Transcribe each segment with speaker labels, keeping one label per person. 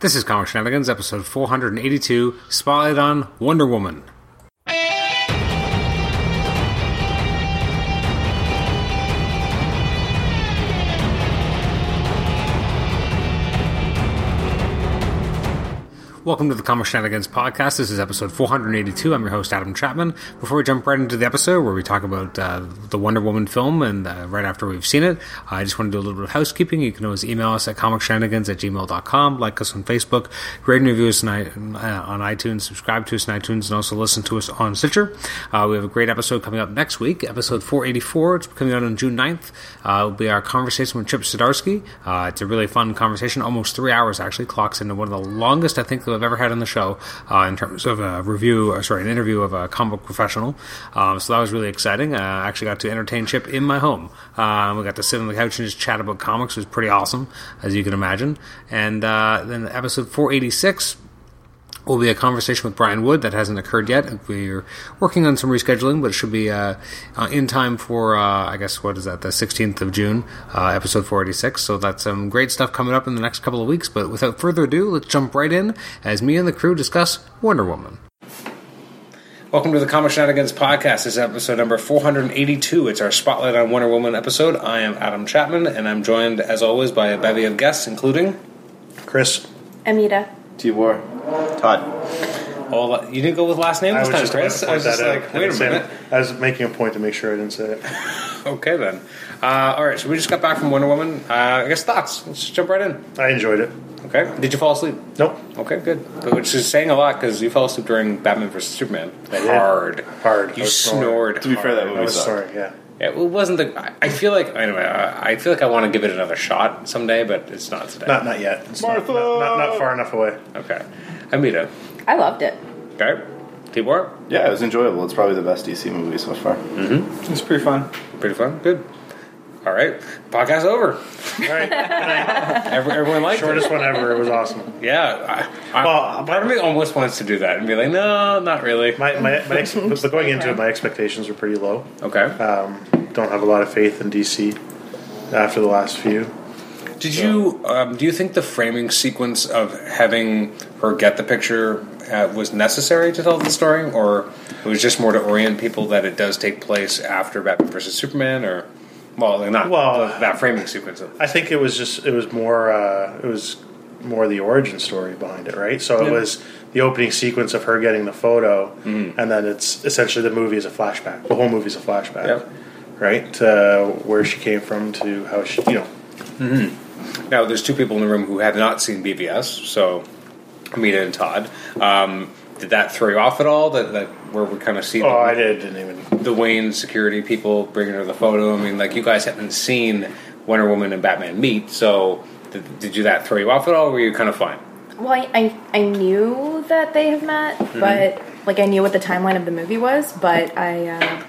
Speaker 1: This is Comic Shenanigans, episode 482, Spotlight on Wonder Woman. Welcome to the Comic Shenanigans podcast. This is episode 482. I'm your host, Adam Chapman. Before we jump right into the episode where we talk about uh, the Wonder Woman film and uh, right after we've seen it, I just want to do a little bit of housekeeping. You can always email us at comicshenanigans at gmail.com, like us on Facebook, rate and review us on, i- uh, on iTunes, subscribe to us on iTunes, and also listen to us on Stitcher. Uh, we have a great episode coming up next week, episode 484. It's coming out on June 9th. Uh, it'll be our conversation with Chip Zdarsky. Uh, it's a really fun conversation, almost three hours actually, clocks into one of the longest I think that I've ever had on the show uh, in terms of a review, or sorry, an interview of a comic book professional. Um, so that was really exciting. Uh, I actually got to entertain Chip in my home. Um, we got to sit on the couch and just chat about comics. It was pretty awesome, as you can imagine. And uh, then episode 486 will be a conversation with Brian Wood that hasn't occurred yet. We're working on some rescheduling, but it should be uh, uh, in time for, uh, I guess, what is that, the 16th of June, uh, episode 486. So that's some great stuff coming up in the next couple of weeks. But without further ado, let's jump right in as me and the crew discuss Wonder Woman. Welcome to the Comic Shenanigans podcast. This is episode number 482. It's our Spotlight on Wonder Woman episode. I am Adam Chapman, and I'm joined, as always, by a bevy of guests, including
Speaker 2: Chris.
Speaker 3: Amita.
Speaker 4: T War. Todd.
Speaker 1: all. You didn't go with last name this time, Chris.
Speaker 2: gonna
Speaker 1: I was
Speaker 2: point
Speaker 1: just
Speaker 2: that out.
Speaker 1: like,
Speaker 2: I
Speaker 1: wait
Speaker 2: didn't
Speaker 1: a
Speaker 2: say it.
Speaker 1: minute.
Speaker 2: I was making a point to make sure I didn't say it.
Speaker 1: Okay then. Uh, all right, so we just got back from Wonder Woman. Uh, I guess thoughts. Let's just jump right in.
Speaker 2: I enjoyed it.
Speaker 1: Okay. Did you fall asleep?
Speaker 2: Nope.
Speaker 1: Okay, good. Which is saying a lot because you fell asleep during Batman vs Superman. Hard,
Speaker 2: Hard. I
Speaker 1: You
Speaker 2: was snoring.
Speaker 1: snored.
Speaker 4: To be fair, that
Speaker 2: I
Speaker 4: movie
Speaker 2: was
Speaker 4: sucked.
Speaker 2: sorry, yeah.
Speaker 1: Yeah, well, it wasn't the. I- I feel like anyway. uh, I I feel like I want to give it another shot someday, but it's not today.
Speaker 2: Not not yet. It's not-
Speaker 4: Martha!
Speaker 2: Not, not, not far enough away.
Speaker 1: Okay. Amita.
Speaker 3: I loved it.
Speaker 1: Okay. Tibor.
Speaker 4: Yeah, it was enjoyable. It's probably the best DC movie so far. Mm-hmm. It's pretty fun.
Speaker 1: Pretty fun. Good. All right. Podcast over.
Speaker 2: All right.
Speaker 1: Every, everyone liked it.
Speaker 2: Shortest one ever. It was awesome.
Speaker 1: Yeah. I, I,
Speaker 2: Well,
Speaker 1: part of me almost wants to do that and be like, no, not really.
Speaker 2: My my, my ex- but going into it, my expectations were pretty low.
Speaker 1: Okay.
Speaker 2: Um, don't have a lot of faith in DC after the last few.
Speaker 1: Did you um, do you think the framing sequence of having her get the picture uh, was necessary to tell the story, or it was just more to orient people that it does take place after Batman versus Superman, or well, not
Speaker 2: Well-
Speaker 1: the- that framing sequence? Of,
Speaker 2: I think it was just it was more uh, it was more the origin story behind it, right? So it was the opening sequence of her getting the photo, and then it's essentially the movie is a flashback. The whole movie is a flashback,
Speaker 1: Yeah.
Speaker 2: right? To where she came from to how she, you know,
Speaker 1: now, there's two people in the room who have not seen BVS, so Amita and Todd. Um, did that throw you off at all? That, that where we kind of see
Speaker 2: oh, I
Speaker 1: the,
Speaker 2: did, didn't even.
Speaker 1: the Wayne security people bringing her the photo? I mean, like you guys haven't seen Wonder Woman and Batman meet, so. Did, did you that throw you off at all? Or were you kind of fine?
Speaker 3: Well, I, I, I knew that they have met,
Speaker 1: Mm-hmm.
Speaker 3: but like I knew what the timeline of the movie was, but I uh,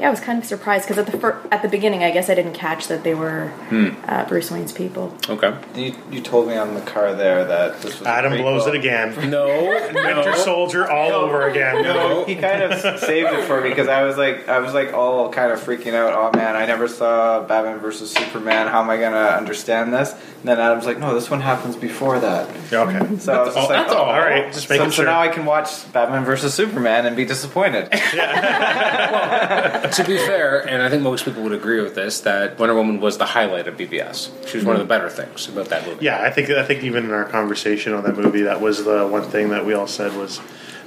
Speaker 3: yeah, I was kind of surprised because at the fir- at the beginning, I guess I didn't catch that they were
Speaker 1: Hmm.
Speaker 3: uh, Bruce Wayne's people.
Speaker 1: Okay.
Speaker 4: You, you told me on the car there that this was. a
Speaker 2: Adam
Speaker 4: prequel.
Speaker 2: blows it again.
Speaker 1: No,
Speaker 2: Winter Soldier all over again.
Speaker 4: No, he kind of s- saved it for me because I was like, I was like all kind of freaking out. Oh man, I never saw Batman versus Superman. How am I gonna understand this? And then Adam's like, No, this one happens before that.
Speaker 2: Okay.
Speaker 4: So I was just
Speaker 1: all-
Speaker 4: like,
Speaker 1: that's
Speaker 4: oh,
Speaker 1: all.
Speaker 2: All right, just making
Speaker 4: so, so
Speaker 2: sure.
Speaker 4: now I can watch Batman versus Superman and be disappointed.
Speaker 1: to be fair, and I think most people would agree with this, that Wonder Woman was the highlight of BBS. She was one of the better things about that movie.
Speaker 2: yeah, I think I think even in our conversation on that movie, that was the one thing that we all said was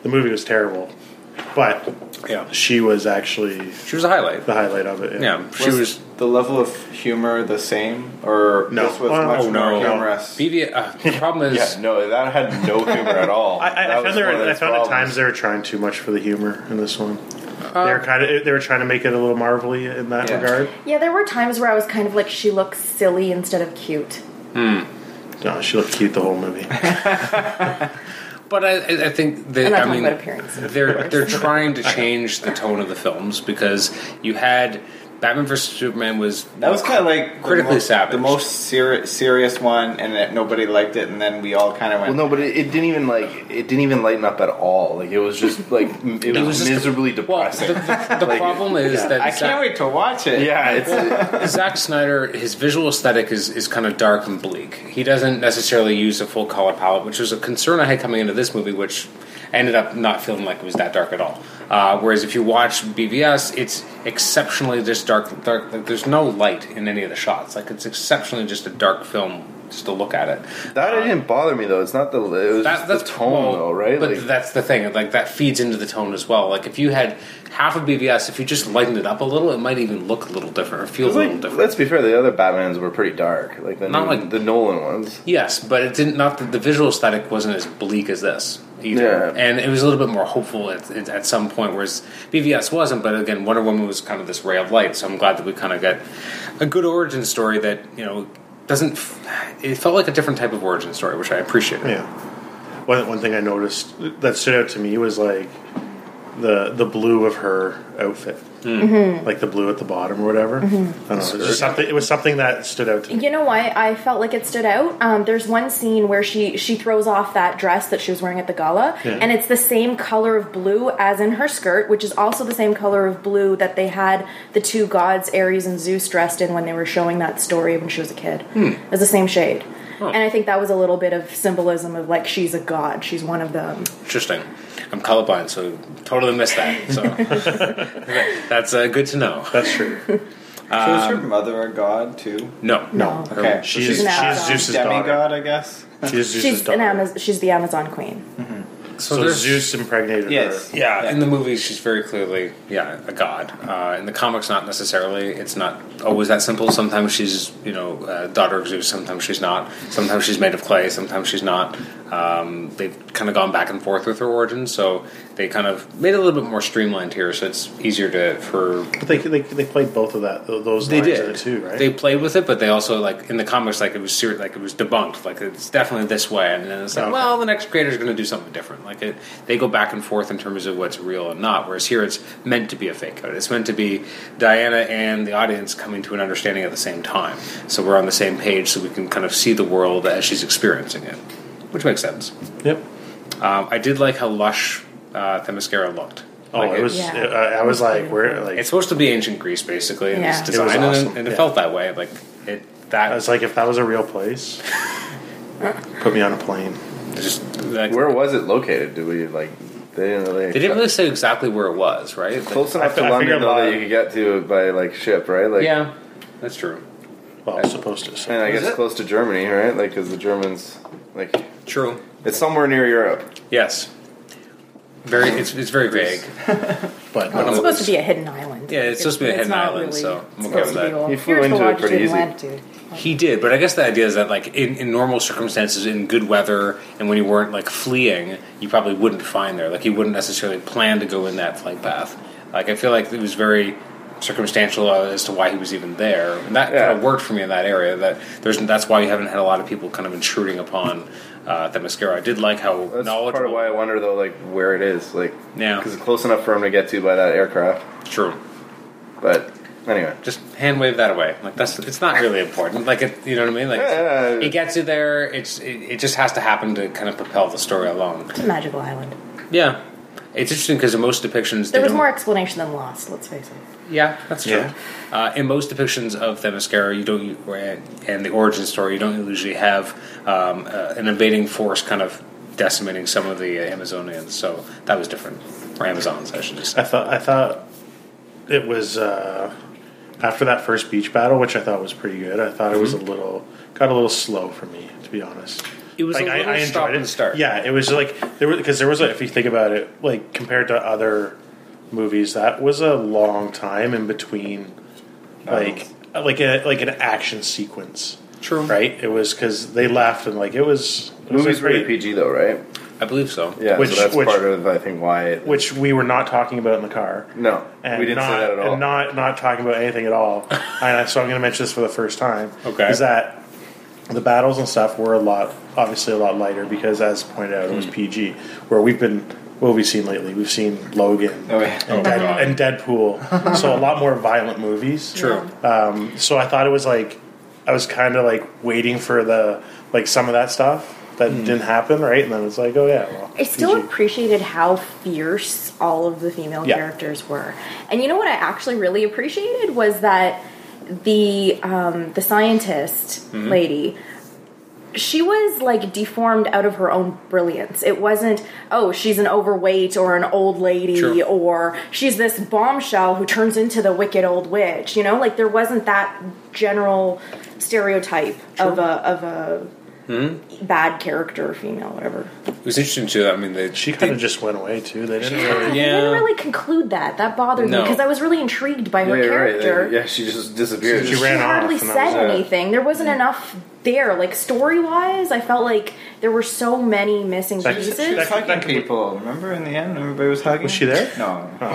Speaker 2: the movie was terrible, but
Speaker 1: Yeah.
Speaker 2: she was actually
Speaker 1: She was a highlight.
Speaker 2: the highlight of it.
Speaker 1: Yeah. She
Speaker 4: was,
Speaker 1: was.
Speaker 4: the level of humor the same, or
Speaker 2: No.
Speaker 4: this was
Speaker 2: Oh,
Speaker 4: much
Speaker 2: no,
Speaker 4: more
Speaker 1: no.
Speaker 4: humorous.
Speaker 1: BB, uh, the problem is.
Speaker 5: Yeah, no, that had no humor at all.
Speaker 2: I, I,
Speaker 5: That
Speaker 2: I
Speaker 5: was
Speaker 2: found, there,
Speaker 5: one of
Speaker 2: I
Speaker 5: the
Speaker 2: found at
Speaker 5: problems.
Speaker 2: times they were trying too much for the humor in this one.
Speaker 3: Uh,
Speaker 2: they were kind of they were trying to make it a little marvelly in that
Speaker 4: Yeah.
Speaker 2: regard.
Speaker 3: Yeah, there were times where I was kind of like, she looks silly instead of cute.
Speaker 2: No, she looked cute the whole movie.
Speaker 1: But I- I, I think that
Speaker 3: I'm not
Speaker 1: I
Speaker 3: talking
Speaker 1: mean
Speaker 3: about appearance, of
Speaker 1: they're they're trying to change the tone of the films because you had Batman vs Superman was
Speaker 4: That was kind of like the
Speaker 1: Critically
Speaker 4: most-
Speaker 1: savage.
Speaker 4: the most seri- serious one, and that nobody liked it, and then we all kind of
Speaker 6: Well,
Speaker 4: went.
Speaker 6: no, but it, it didn't even like it didn't even lighten up at all. Like it was just like m- it, was,
Speaker 1: just-
Speaker 6: miserably
Speaker 1: well.
Speaker 6: depressing.
Speaker 1: The, the, the problem is that
Speaker 4: I
Speaker 1: Zack-
Speaker 4: can't wait to watch it.
Speaker 6: yeah, it's
Speaker 1: Zack Snyder, his visual aesthetic is, is kind of dark and bleak. He doesn't necessarily use a full color palette, which was a concern I had coming into this movie, which ended up not feeling like it was that dark at all. Uh, whereas if you watch BVS, it's exceptionally just dark. Dark. There's no light in any of the shots. Like it's exceptionally just a dark film just to look at it.
Speaker 6: that didn't bother me though. It's not the it was
Speaker 1: That,
Speaker 6: just
Speaker 1: that's
Speaker 6: the tone
Speaker 1: well,
Speaker 6: though, right?
Speaker 1: But
Speaker 6: Like,
Speaker 1: that's the thing. Like that feeds into the tone as well. Like if you had half of BVS, if you just lightened it up a little, it might even look a little different or feel a
Speaker 6: It's
Speaker 1: little
Speaker 6: like,
Speaker 1: different.
Speaker 6: let's be fair, the other Batmans were pretty dark. Like the
Speaker 1: Not
Speaker 6: not
Speaker 1: like-
Speaker 6: like the Nolan ones.
Speaker 1: Yes, but it didn't. Not that the visual aesthetic wasn't as bleak as this either,
Speaker 6: Yeah.
Speaker 1: and it was a little bit more hopeful at, at, at some point. Whereas BVS wasn't, but again, Wonder Woman was kind of this ray of light. So I'm glad that we kind of got a good origin story that you know doesn't. f- It felt like a different type of origin story, which I appreciated.
Speaker 2: Yeah. One, one thing I noticed that stood out to me was like the the blue of her outfit,
Speaker 3: Mm-hmm.
Speaker 2: like the blue at the bottom or whatever. I don't know. It was just something. It was something that stood out to me.
Speaker 3: You know why I felt like it stood out? Um, there's one scene where she she throws off that dress that she was wearing at the gala,
Speaker 2: Yeah.
Speaker 3: and it's the same color of blue as in her skirt, which is also the same color of blue that they had the two gods Ares and Zeus dressed in when they were showing that story when she was a kid.
Speaker 1: Hmm.
Speaker 3: It was the same shade. And I think that was a little bit of symbolism of like she's a god, she's one of them.
Speaker 1: Interesting. I'm colorblind, so totally missed that. So that's uh, good to know.
Speaker 2: That's true.
Speaker 4: So is her mother a god too?
Speaker 1: No, Um,
Speaker 3: No.
Speaker 4: Okay,
Speaker 2: She is,
Speaker 3: She's
Speaker 2: she
Speaker 3: an
Speaker 2: is
Speaker 3: Amazon.
Speaker 2: Zeus's daughter.
Speaker 4: demigod, I guess.
Speaker 2: She is Zeus's
Speaker 3: She's an
Speaker 2: daughter.
Speaker 3: Amaz- she's the Amazon queen.
Speaker 1: So,
Speaker 2: So
Speaker 1: there's-
Speaker 2: Zeus impregnated
Speaker 4: Yes.
Speaker 2: her.
Speaker 1: Yeah, in the movies, she's very clearly, yeah, a god. Uh, in the comics, not necessarily. It's not always that simple. Sometimes she's, you know, uh, daughter of Zeus. Sometimes she's not. Sometimes she's made of clay. Sometimes she's not. Um, they've kind of gone back and forth with her origins, so they kind of made it a little bit more streamlined here, so it's easier to for
Speaker 2: But they, they, they played both of that tho- those
Speaker 1: they
Speaker 2: lines
Speaker 1: did
Speaker 2: in it too, right?
Speaker 1: They played with it, but they also like in the comics, like it was ser- like it was debunked, like it's definitely this way, and then it's like,
Speaker 2: Okay.
Speaker 1: well, the next creator's going to do something different. Like it, they go back and forth in terms of what's real and not. Whereas here, it's meant to be a fake out. It's meant to be Diana and the audience coming to an understanding at the same time, so we're on the same page, so we can kind of see the world as she's experiencing it, which makes sense.
Speaker 2: yep.
Speaker 1: Um, I did like how lush uh, Themyscira looked.
Speaker 2: Oh,
Speaker 1: Like,
Speaker 2: it was.
Speaker 3: Yeah.
Speaker 2: I, I was like, where? Like,
Speaker 1: it's supposed to be ancient Greece, basically, in
Speaker 3: Yeah.
Speaker 1: its
Speaker 3: It was
Speaker 1: design, and- and,
Speaker 2: awesome,
Speaker 1: it
Speaker 2: yeah.
Speaker 1: felt that way. Like it, that
Speaker 2: I was like, if that was a real place, put me on a plane.
Speaker 1: just like,
Speaker 6: Where was it located? Did we like they didn't really
Speaker 1: they didn't really say exactly where it was, right? Like-
Speaker 6: close
Speaker 2: I
Speaker 6: enough
Speaker 2: fi- I
Speaker 6: to London
Speaker 2: figured
Speaker 6: though that
Speaker 2: London-
Speaker 6: you could get to it by like ship, right? Like
Speaker 1: yeah, that's true.
Speaker 2: Well, I was supposed to.
Speaker 6: and
Speaker 2: Say.
Speaker 6: I
Speaker 1: Was
Speaker 6: guess
Speaker 1: it?
Speaker 6: close to Germany, right? Like because the Germans like
Speaker 1: True.
Speaker 6: it's somewhere near Europe.
Speaker 1: Yes. Very. It's, it's very vague.
Speaker 2: But
Speaker 3: Well, it's supposed to be a hidden island.
Speaker 1: Yeah, it's supposed to be a hidden
Speaker 3: not
Speaker 1: island, so I'm
Speaker 3: it's
Speaker 1: okay with
Speaker 3: supposed to be
Speaker 1: that.
Speaker 3: all-
Speaker 6: He flew
Speaker 3: here's the
Speaker 6: into it pretty
Speaker 3: longitude and latitude.
Speaker 1: He did, but I guess the idea is that like in, in normal circumstances, in good weather, and when you weren't like fleeing, you probably wouldn't find there. Like you wouldn't necessarily plan to go in that flight path. Like I feel like it was very circumstantial uh, as to why he was even there, and that
Speaker 6: Yeah.
Speaker 1: kind of worked for me in that area. That there's that's why you haven't had a lot of people kind of intruding upon uh, that mascara. I did like how
Speaker 6: That's
Speaker 1: knowledgeable.
Speaker 6: part of why I wonder though, like where it is, like
Speaker 1: Yeah.
Speaker 6: because it's close enough for him to get to by that aircraft.
Speaker 1: True.
Speaker 6: But anyway,
Speaker 1: just hand wave that away. Like that's it's not really important. Like it, you know what I mean? Like
Speaker 6: Yeah, yeah, yeah.
Speaker 1: it gets you there. It's it, it just has to happen to kind of propel the story along.
Speaker 3: It's a magical island.
Speaker 1: Yeah, it's interesting because in most depictions they
Speaker 3: There was
Speaker 1: don't-
Speaker 3: more explanation than Lost. Let's face it.
Speaker 1: Yeah, that's true.
Speaker 2: Yeah.
Speaker 1: Uh, in most depictions of Themyscira, you don't uh, and the origin story, you don't usually have um, uh, an invading force kind of decimating some of the uh, Amazonians. So that was different. Or Amazons, I should just
Speaker 2: I
Speaker 1: say.
Speaker 2: thought I thought it was uh, after that first beach battle, which I thought was pretty good. I thought it was a little got a little slow for me, to be honest.
Speaker 1: Mm-hmm. It was
Speaker 2: like
Speaker 1: a
Speaker 2: I,
Speaker 1: little
Speaker 2: I
Speaker 1: stop
Speaker 2: enjoyed it.
Speaker 1: and start.
Speaker 2: Yeah, it was like there were because there was like, if you think about it, like compared to other movies, that was a long time in between, like like a like an action sequence.
Speaker 1: True.
Speaker 2: Right. It was because they left and like it was it was
Speaker 6: movies
Speaker 2: a
Speaker 6: were
Speaker 2: great-
Speaker 6: PG though, right?
Speaker 1: I believe so.
Speaker 6: Yeah,
Speaker 2: Which-
Speaker 6: so that's
Speaker 2: which-
Speaker 6: part of I think why.
Speaker 2: which we were not talking about in the car.
Speaker 6: no,
Speaker 2: and
Speaker 6: we didn't
Speaker 2: not,
Speaker 6: say that at all.
Speaker 2: And not not talking about anything at all. and I- so I'm going to mention this for the first time.
Speaker 1: Okay.
Speaker 2: Is that the battles and stuff were a lot, obviously a lot lighter because, as pointed out, it
Speaker 6: Hmm.
Speaker 2: was PG. Where we've been, what have we seen lately? We've seen Logan
Speaker 4: Oh, yeah.
Speaker 2: and, Dead- and Deadpool, so a lot more violent movies.
Speaker 1: True.
Speaker 2: Um, so I thought it was like I was kind of like waiting for the like some of that stuff that
Speaker 6: Hmm.
Speaker 2: didn't happen, right? And then it's like, oh yeah, well,
Speaker 3: I still
Speaker 2: PG.
Speaker 3: appreciated how fierce all of the female
Speaker 2: Yeah.
Speaker 3: characters were, and you know what I actually really appreciated was that the um, the scientist lady. She was like deformed out of her own brilliance. It wasn't, oh, she's an overweight or an old lady
Speaker 1: True.
Speaker 3: or she's this bombshell who turns into the wicked old witch. You know, like there wasn't that general stereotype of a of a bad character, female, whatever.
Speaker 1: It was interesting too. I mean, they,
Speaker 2: she kind of just went away too. They didn't really.
Speaker 3: I
Speaker 1: Yeah.
Speaker 3: didn't really conclude that. That bothered
Speaker 1: No.
Speaker 3: me because I was really intrigued by her
Speaker 6: Yeah, you're right.
Speaker 3: character.
Speaker 6: They- Yeah, she just disappeared.
Speaker 2: She
Speaker 6: She
Speaker 2: ran off
Speaker 3: She hardly
Speaker 2: and that was
Speaker 3: said
Speaker 6: it. Mm.
Speaker 3: anything. There wasn't enough there. Like story wise, I felt like there were so many missing
Speaker 2: That-
Speaker 3: pieces.
Speaker 4: She was
Speaker 2: That-
Speaker 4: hugging
Speaker 2: that could be-
Speaker 4: people. Remember in the end, everybody was hugging.
Speaker 2: Was she there? Oh.
Speaker 4: No.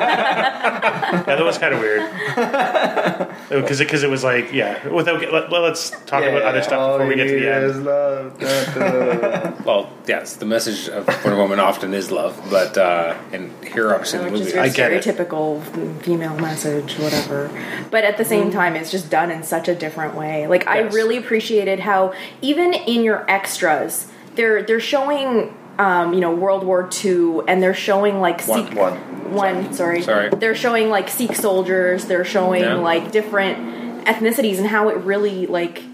Speaker 2: Yeah, that was kind of weird. Because it, 'cause it was like, yeah, without let, us talk about other stuff
Speaker 4: All
Speaker 2: before we get to
Speaker 4: you
Speaker 2: the
Speaker 4: need is
Speaker 2: end.
Speaker 4: love. Da, da.
Speaker 1: well, yes, the message of Wonder Woman often is love, but uh, and here obviously in the
Speaker 3: which is
Speaker 1: movie,
Speaker 3: your
Speaker 2: I get it.
Speaker 3: stereotypical female message, whatever. But at the same time, it's just done in such a different way. Like I
Speaker 1: Yes.
Speaker 3: really appreciated how even in your extras, they're they're showing. Um, you know, World War II, and they're showing like
Speaker 1: One.
Speaker 3: Sikh
Speaker 6: One.
Speaker 3: one, sorry,
Speaker 1: Sorry.
Speaker 3: They're showing like Sikh soldiers. They're showing
Speaker 1: Yeah.
Speaker 3: like different ethnicities and how it really like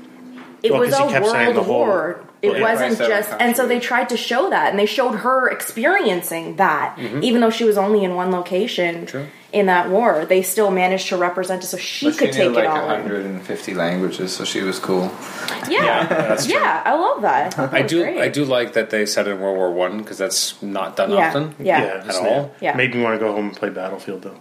Speaker 3: it
Speaker 2: Well,
Speaker 3: was
Speaker 2: 'cause
Speaker 3: a
Speaker 2: he kept saying
Speaker 3: world
Speaker 2: the whole-
Speaker 3: war. It
Speaker 2: Yeah.
Speaker 3: wasn't
Speaker 4: Right, so
Speaker 3: just, and so they tried to show that, and they showed her experiencing that, even though she was only in one location
Speaker 1: Mm-hmm. True.
Speaker 3: in that war. They still managed to represent it, so she
Speaker 4: But
Speaker 3: could
Speaker 4: knew
Speaker 3: take
Speaker 4: like uh,
Speaker 3: it all. in.
Speaker 4: 150 languages, so she was cool.
Speaker 1: Yeah,
Speaker 3: Yeah,
Speaker 1: that's true.
Speaker 3: yeah, I love that. That
Speaker 1: I
Speaker 3: was
Speaker 1: do.
Speaker 3: Oh, great.
Speaker 1: I do like that they said in World War One because that's not done
Speaker 3: Yeah,
Speaker 1: often.
Speaker 3: yeah.
Speaker 2: yeah, just
Speaker 1: At all?
Speaker 3: Yeah.
Speaker 2: Made me want to go home and play Battlefield though.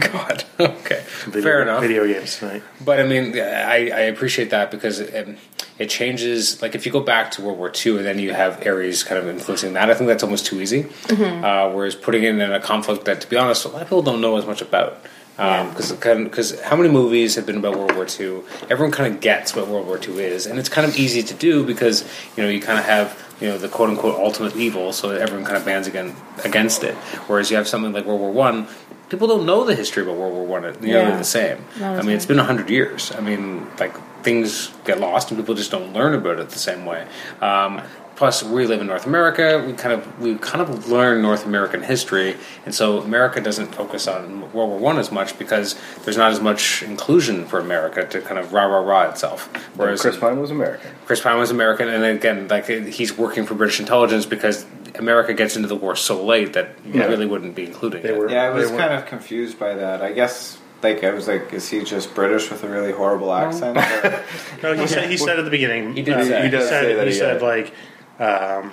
Speaker 1: God. Okay.
Speaker 2: Video,
Speaker 1: Fair enough.
Speaker 2: Video games tonight.
Speaker 1: But I mean, I, I appreciate that because it, um, it changes. Like if you go back to World War II and then you have Ares kind of influencing that, I think that's almost too easy.
Speaker 3: Mm-hmm.
Speaker 1: Uh, whereas putting it in a conflict that, to be honest, a lot of people don't know as much about. um,
Speaker 3: Yeah.
Speaker 1: Because because how many movies have been about World War II? Everyone kind of gets what World War II is, and it's kind of easy to do because you know you kind of have you know the quote unquote ultimate evil, so everyone kind of bands again, against it. Whereas you have something like World War One, people don't know the history about World War One nearly
Speaker 3: Yeah.
Speaker 1: the same.
Speaker 3: Not
Speaker 1: I
Speaker 3: as
Speaker 1: mean, it's been hundred years. I mean, like things get lost and people just don't learn about it the same way. Um, plus, we live in North America. We kind of we kind of learn North American history, and so America doesn't focus on World War One as much because there's not as much inclusion for America to kind of rah rah rah itself. Whereas
Speaker 6: Chris Pine was American.
Speaker 1: Chris Pine was American, and again, like he's working for British intelligence because America gets into the war so late that you
Speaker 2: Yeah.
Speaker 1: really wouldn't be including
Speaker 2: They
Speaker 1: it.
Speaker 2: were.
Speaker 4: Yeah, I was
Speaker 2: they were-
Speaker 4: kind of confused by that. I guess, like, I was like, is he just British with a really horrible accent? Or-
Speaker 2: No, he, said, he said at the beginning.
Speaker 1: He did say-
Speaker 2: uh, he
Speaker 1: he uh, Oh,
Speaker 6: does
Speaker 2: said,
Speaker 6: say that
Speaker 2: He
Speaker 6: he
Speaker 2: said
Speaker 6: got
Speaker 2: like. Um,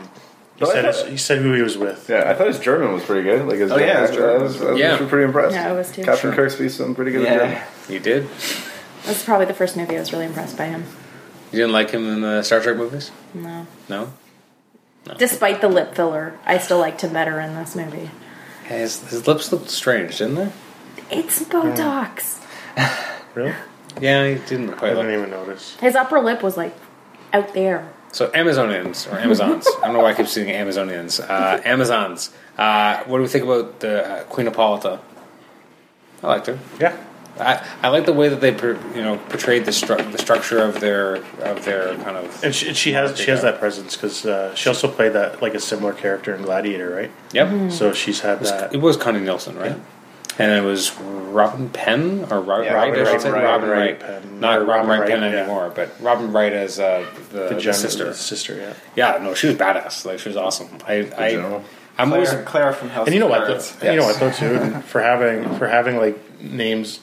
Speaker 2: he,
Speaker 6: No, I
Speaker 2: said
Speaker 6: thought-
Speaker 2: his, he said who he was with.
Speaker 6: Yeah, I thought his German was pretty good. Like his
Speaker 4: Oh, yeah, his
Speaker 6: I-
Speaker 4: German
Speaker 6: I
Speaker 4: was
Speaker 6: was, I
Speaker 4: good.
Speaker 6: was
Speaker 1: Yeah.
Speaker 6: pretty impressed.
Speaker 3: Yeah, I was too.
Speaker 6: Captain Kirk speaks some pretty good
Speaker 4: Yeah.
Speaker 6: German.
Speaker 1: You did.
Speaker 3: That's probably the first movie I was really impressed by him.
Speaker 1: You didn't like him in the Star Trek movies?
Speaker 3: No,
Speaker 1: No.
Speaker 3: despite the lip filler, I still liked him better in this movie.
Speaker 1: Yeah, His, his lips looked strange, didn't they?
Speaker 3: It's Botox.
Speaker 2: Really?
Speaker 1: Yeah, he didn't
Speaker 2: I
Speaker 1: quite
Speaker 2: didn't
Speaker 1: look.
Speaker 2: even notice.
Speaker 3: His upper lip was like out there.
Speaker 1: So Amazonians or Amazons. I don't know why I keep saying Amazonians. Uh, Amazons. Uh, what do we think about the uh, Queen Hippolyta? I liked her.
Speaker 2: Yeah.
Speaker 1: I, I like the way that they per, you know portrayed the stru- the structure of their of their kind of
Speaker 2: And she, and she has she has that presence because uh, she also played that like a similar character in Gladiator, right?
Speaker 1: yep. Uh,
Speaker 2: So she's had that.
Speaker 1: It was Connie Nielsen, right? And it was Robin Penn or Ro-
Speaker 4: Yeah,
Speaker 1: Wright,
Speaker 4: Robin
Speaker 1: I
Speaker 4: Wright,
Speaker 1: should say.
Speaker 4: Robin
Speaker 1: Robin
Speaker 2: Wright
Speaker 1: Wright,
Speaker 2: Penn.
Speaker 1: not
Speaker 2: Or
Speaker 1: Robin,
Speaker 2: Robin
Speaker 1: Wright,
Speaker 2: Wright,
Speaker 1: Penn
Speaker 2: yeah.
Speaker 1: anymore, but Robin Wright as uh, the, the
Speaker 2: gen-
Speaker 1: sister.
Speaker 2: sister, yeah.
Speaker 1: Yeah, no, she was badass. Like she was awesome. I, I
Speaker 6: general.
Speaker 1: I'm always
Speaker 4: Claire, Claire from House
Speaker 2: And you know
Speaker 4: of
Speaker 2: what?
Speaker 4: Cards.
Speaker 2: though- You know what though too for having for having like names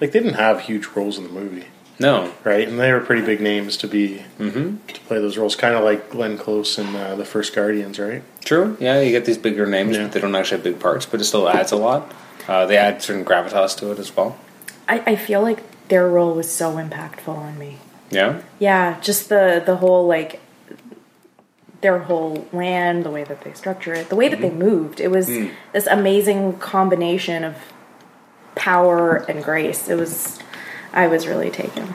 Speaker 2: like they didn't have huge roles in the movie,
Speaker 1: no.
Speaker 2: right? And they were pretty big names to be to play those roles, kind of like Glenn Close in uh, the first Guardians, right?
Speaker 1: True. Yeah, you get these bigger names,
Speaker 2: Yeah.
Speaker 1: but they don't actually have big parts, but it still adds a lot. Uh, they add certain gravitas to it as well.
Speaker 3: I, I feel like their role was so impactful on me.
Speaker 1: Yeah.
Speaker 3: Yeah, just the the whole like their whole land, the way that they structure it, the way that they
Speaker 2: Mm-hmm.
Speaker 3: moved. It was
Speaker 2: Mm.
Speaker 3: this amazing combination of power and grace. It was I was really taken.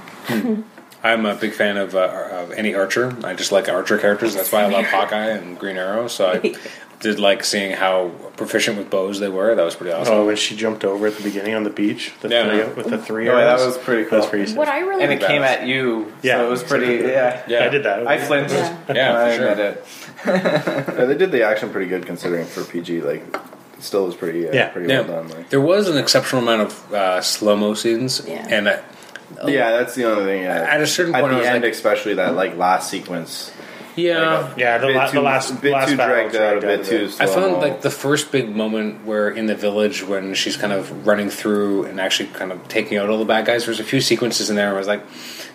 Speaker 1: I'm a big fan of, uh, of any Archer. I just like Archer characters. That's why I love Hawkeye and Green Arrow. So I did like seeing how proficient with bows they were. That was pretty awesome.
Speaker 2: Oh, when she jumped over at the beginning on the beach, the
Speaker 1: Yeah.
Speaker 2: three, with the three.
Speaker 4: Oh, yeah, that
Speaker 2: arrows.
Speaker 4: was pretty
Speaker 2: That's
Speaker 4: cool.
Speaker 2: pretty. sick.
Speaker 3: What I really
Speaker 4: and it came at you.
Speaker 2: Yeah.
Speaker 4: so it was pretty. Yeah,
Speaker 1: Yeah.
Speaker 2: I did that.
Speaker 4: I flinched.
Speaker 3: Yeah.
Speaker 1: Yeah,
Speaker 4: I
Speaker 1: for sure.
Speaker 4: admit it.
Speaker 6: Yeah, they did the action pretty good considering for PG. Like, it still was pretty, uh,
Speaker 2: Yeah.
Speaker 6: pretty
Speaker 1: Yeah,
Speaker 6: well done. Like,
Speaker 1: there was an exceptional amount of uh, slow mo scenes,
Speaker 3: Yeah.
Speaker 1: and I,
Speaker 6: yeah, that's the only thing. Yeah.
Speaker 1: At a certain
Speaker 6: at
Speaker 1: point, I
Speaker 6: the
Speaker 1: was
Speaker 6: end,
Speaker 1: like-
Speaker 6: especially that like last sequence.
Speaker 1: yeah,
Speaker 2: Yeah, the,
Speaker 6: bit
Speaker 2: la- the
Speaker 6: too-
Speaker 2: last
Speaker 6: bit
Speaker 2: last
Speaker 6: too
Speaker 2: battle
Speaker 6: dragged out, a
Speaker 2: of
Speaker 6: bit
Speaker 2: it.
Speaker 6: too.
Speaker 1: I found
Speaker 6: slow-mo.
Speaker 1: like the first big moment where in the village when she's kind of running through and actually kind of taking out all the bad guys. There's a few sequences in there. Where I was like,